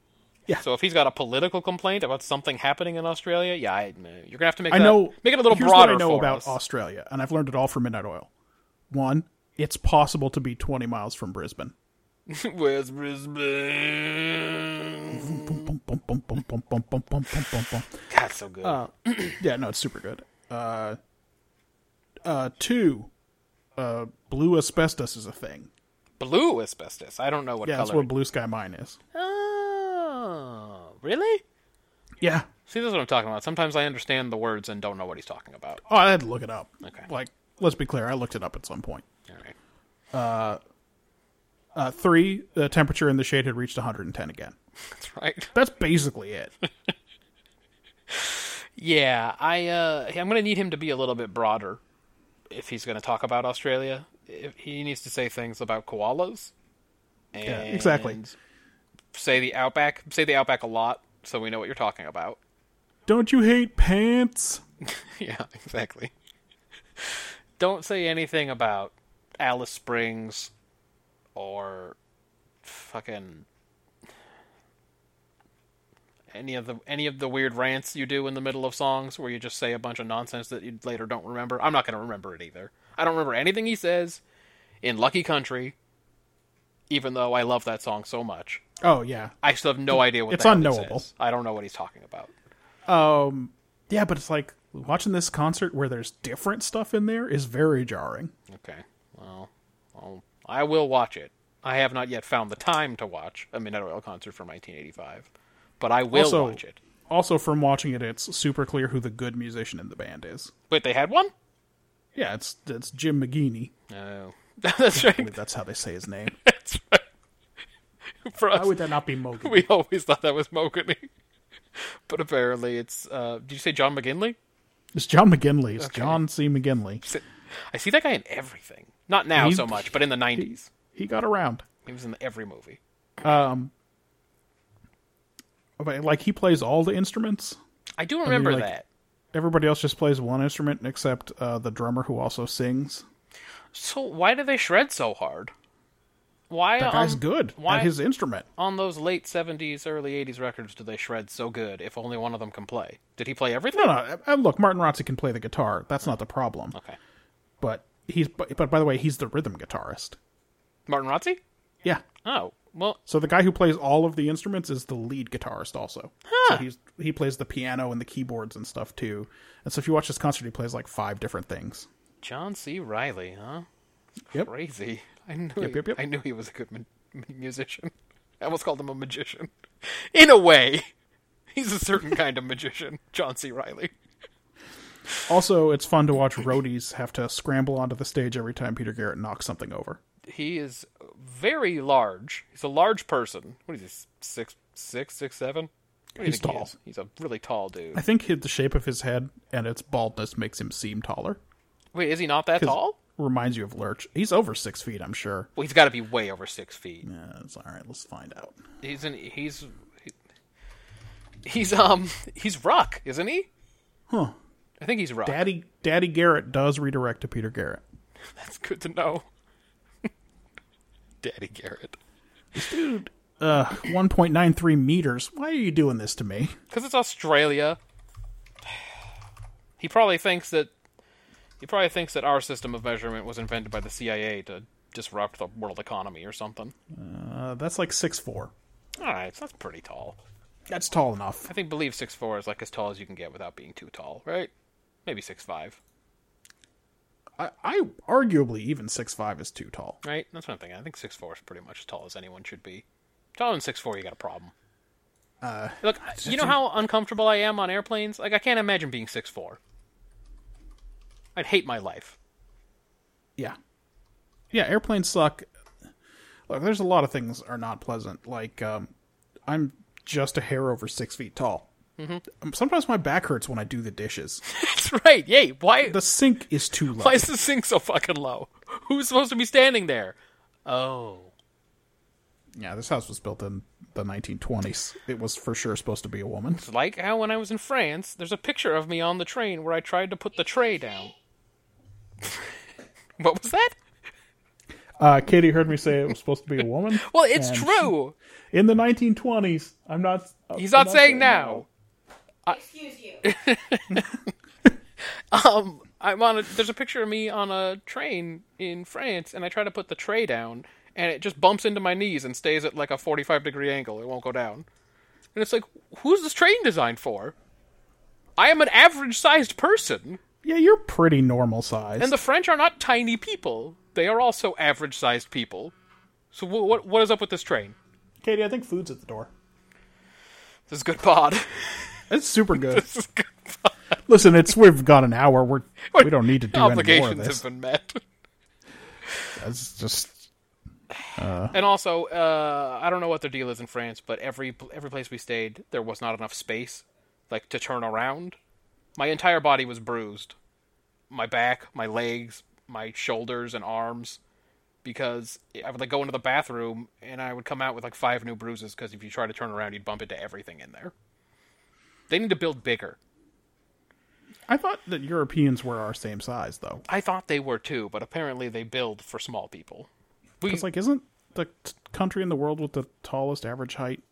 Yeah.
So if he's got a political complaint about something happening in Australia, yeah, I, you're gonna have to make
I
that-
know.
make it a little
here's
broader
What I know
for
about
us.
Australia, and I've learned it all from Midnight Oil. One, it's possible to be 20 miles from Brisbane.
Where's Brisbane?
Boom, boom, boom, boom, boom, boom, boom, boom, boom, boom, boom, boom.
God, so good.
Uh. Yeah, no, it's super good. Uh, uh, two, uh, blue asbestos is a thing.
blue asbestos. I don't know what
Yeah,
color.
that's what
it-
blue sky mine is.
oh, really?
Yeah.
See, this is what I'm talking about. Sometimes I understand the words and don't know what he's talking about.
Oh, I had to look it up.
Okay.
Like, let's be clear, I looked it up at some point.
All right.
Uh, three, the temperature in the shade had reached 110 again.
That's right.
That's basically it.
Yeah, I uh, I'm gonna need him to be a little bit broader if he's gonna talk about Australia. If he needs to say things about koalas. And
Yeah, exactly.
Say the outback. Say the outback a lot, so we know what you're talking about.
Don't you hate pants?
yeah, exactly. Don't say anything about Alice Springs or fucking any of the any of the weird rants you do in the middle of songs where you just say a bunch of nonsense that you later don't remember. I'm not going to remember it either. I don't remember anything he says in Lucky Country even though I love that song so much.
Oh, yeah.
I still have no idea what
It's
the hell he
unknowable.
says. I don't know what he's talking about.
Yeah, but it's like watching this concert where there's different stuff in there is very jarring.
Okay. Well, I'll, I will watch it. I have not yet found the time to watch a Midnight Oil concert from 1985, but I will
Also-
watch it.
Also, from watching it, it's super clear who the good musician in the band is.
Wait, they had one?
Yeah, it's it's Jim McGeaney.
No, that's right.
I believe that's how they say his name.
That's right. For
Why
us,
would that not be Mogan?
we always thought that was Mogany, but apparently it's. Uh, did you say John McGinley?
It's John McGinley. It's John C. McGinley.
Is it- I see that guy in everything. Not now
He-
so much, but in the 90s,
He got around. Um,
he was in every movie.
But, Like he plays all the instruments.
I do remember
like-
that.
Everybody else just plays one instrument except uh, the drummer who also sings.
So why do they shred so hard? Why
That guy's
on-
good
um, why-
at his instrument.
on those late 70s, early 80s records do they shred so good if only one of them can play? Did he play everything?
No, no. uh, Look, Martin Rotzi can play the guitar. That's not the problem.
Okay.
But he's but, but by the way, he's the rhythm guitarist.
Martin Rotzi?
Yeah.
Oh, well,
So the guy who plays all of the instruments is the lead guitarist also. So he's he plays the piano and the keyboards and stuff too. And so if you watch this concert, he plays like five different things.
John C. Riley, huh?
Yep.
Crazy. I knew, he,
yep, yep.
I knew he was a good mu- musician. I almost called him a magician. In a way, he's a certain kind of magician, John C. Riley.
Also, it's fun to watch roadies have to scramble onto the stage every time Peter Garrett knocks something over.
He is very large. He's a large person. What is he, six, six, six, seven? What do you
He's
think he
tall.
is? He's a really tall dude.
I think hit the shape of his head and its baldness makes him seem taller.
Wait, is he not that
'Cause-
tall?
Reminds you of Lurch. He's over six feet, I'm sure.
Well, he's got to be way over six feet.
Uh, it's all right. Let's find out.
He's in. He's. He's um. He's Rock, isn't he?
Huh.
I think he's Rock.
Daddy Daddy Garrett does redirect to Peter Garrett.
That's good to know. Daddy Garrett.
Uh, 1.93 meters. Why are you doing this to me?
Because it's Australia. He probably thinks that. He probably thinks that our system of measurement was invented by the CIA to disrupt the world economy or something.
Uh, that's like six four.
All right, so that's pretty tall.
That's tall enough.
I think believe six four is like as tall as you can get without being too tall, right? Maybe six five.
I, I arguably even six five is too tall.
Right? That's what I'm thinking. I think six four is pretty much as tall as anyone should be. Taller than six four, you got a problem. Uh, Look, you know how uncomfortable I am on airplanes. Like I can't imagine being six four. I'd hate my life.
Yeah, yeah. Airplanes suck. Look, there's a lot of things are not pleasant. Like um, I'm just a hair over six feet tall.
Mm-hmm.
Um, Sometimes my back hurts when I do the dishes.
That's right. Yay! Why?
The sink is too low.
why is the sink so fucking low? Who's supposed to be standing there? Oh,
Yeah, this house was built in the 1920s. It was for sure supposed to be a woman.
it's like how when I was in France, there's a picture of me on the train where I tried to put the tray down. what was that?
Uh, Katie heard me say it was supposed to be a woman.
Well, it's
And
true.
In the 1920s, I'm not. uh,
He's
I'm
not saying now.
Excuse you.
Um, I'm on a. There's a picture of me on a train in France, and I try to put the tray down, and it just bumps into my knees and stays at like a 45 degree angle. It won't go down. And it's like, who's this train designed for? I am an average sized person,
Yeah, you're pretty normal size.
and the French are not tiny people. They are also average sized people. So wh- what what is up with this train?
Katie, I think food's at the door.
This is good pod.
It's super good.
this is good pod.
Listen, it's we've got an hour. We're we don't need to do any more of
Obligations
this.
have been met.
That's just
And also, uh, I don't know what their deal is in France, but every every place we stayed, there was not enough space, like to turn around. My entire body was bruised, my back, my legs, my shoulders and arms, because I would like go into the bathroom and I would come out with like five new bruises because if you try to turn around, you'd bump into everything in there. They need to build bigger.
I thought that Europeans were our same size though.
I thought they were too, but apparently they build for small people. We,
It's like isn't the t- country in the world with the tallest average height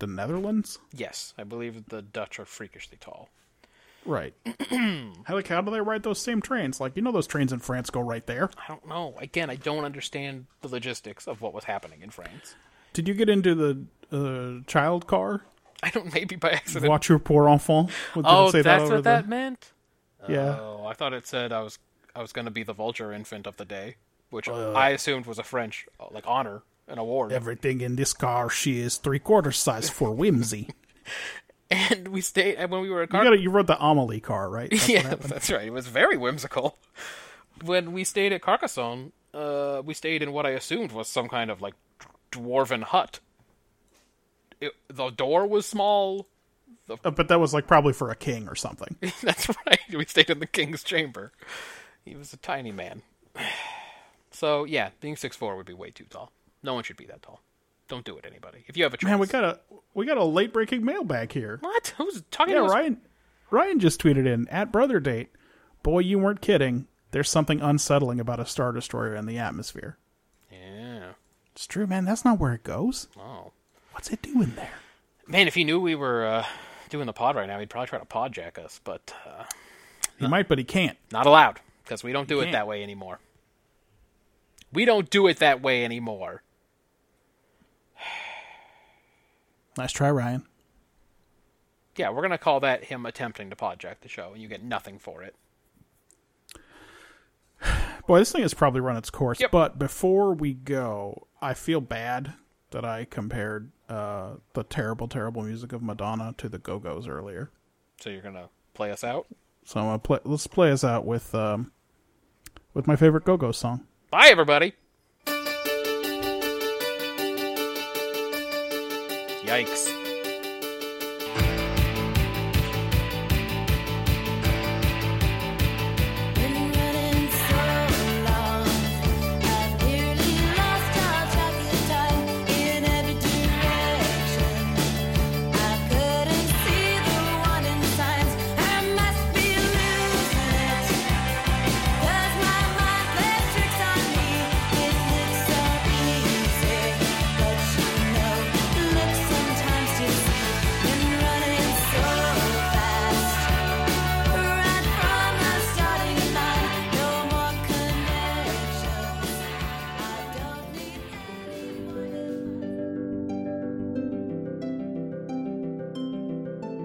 the Netherlands?
yes, I believe the Dutch are freakishly tall.
Right. how, like how do they ride those same trains? Like you know those trains in France go right there.
I don't know. Again, I don't understand the logistics of what was happening in France.
Did you get into the uh, child car?
I don't maybe by accident.
Watch your poor enfant. Would
oh,
say
that's
over
what that meant.
the, yeah.
Oh, I thought it said I was I was going to be the vulture infant of the day, which
uh,
I assumed was a French uh, like honor, an award.
Everything in this car, she is three quarter size for whimsy.
And we stayed and when we were at
You
Car-
got You rode the Amelie car, right? That's what
yeah,
happened.
that's right. It was very whimsical. When we stayed at Carcassonne, uh, we stayed in what I assumed was some kind of like dwarven hut. It, the door was small.
Uh, But that was like probably for a king or something.
That's right. We stayed in the king's chamber. He was a tiny man. So yeah, being six four would be way too tall. No one should be that tall. Don't do it, anybody. If you have a choice.
Man, we got a we got a late breaking mailbag here.
what? Who's talking?
Yeah,
to us?
Ryan Ryan just tweeted in at brother date. Boy, you weren't kidding. There's something unsettling about a star destroyer in the atmosphere.
Yeah.
It's true, man. That's not where it goes.
Oh
What's it doing there?
man, if he knew we were uh, doing the pod right now, he'd probably try to podjack us, but uh,
He might, but he can't.
not allowed because we don't do it
can't.
that way anymore. We don't do it that way anymore.
Nice try, Ryan.
Yeah, we're gonna call that him attempting to podjack the show, and you get nothing for it.
Boy, this thing has probably run its course.
Yep.
But before we go, I feel bad that I compared uh, the terrible, terrible music of Madonna to the Go Go's earlier.
So you're gonna play us out.
So I'm gonna play, let's play us out with um, with my favorite Go Go song.
Bye, everybody. Yikes.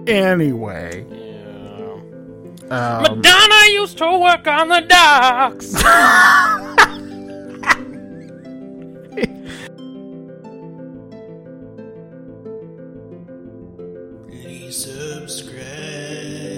Anyway, Um,
Madonna used to work on the docks.
Please subscribe.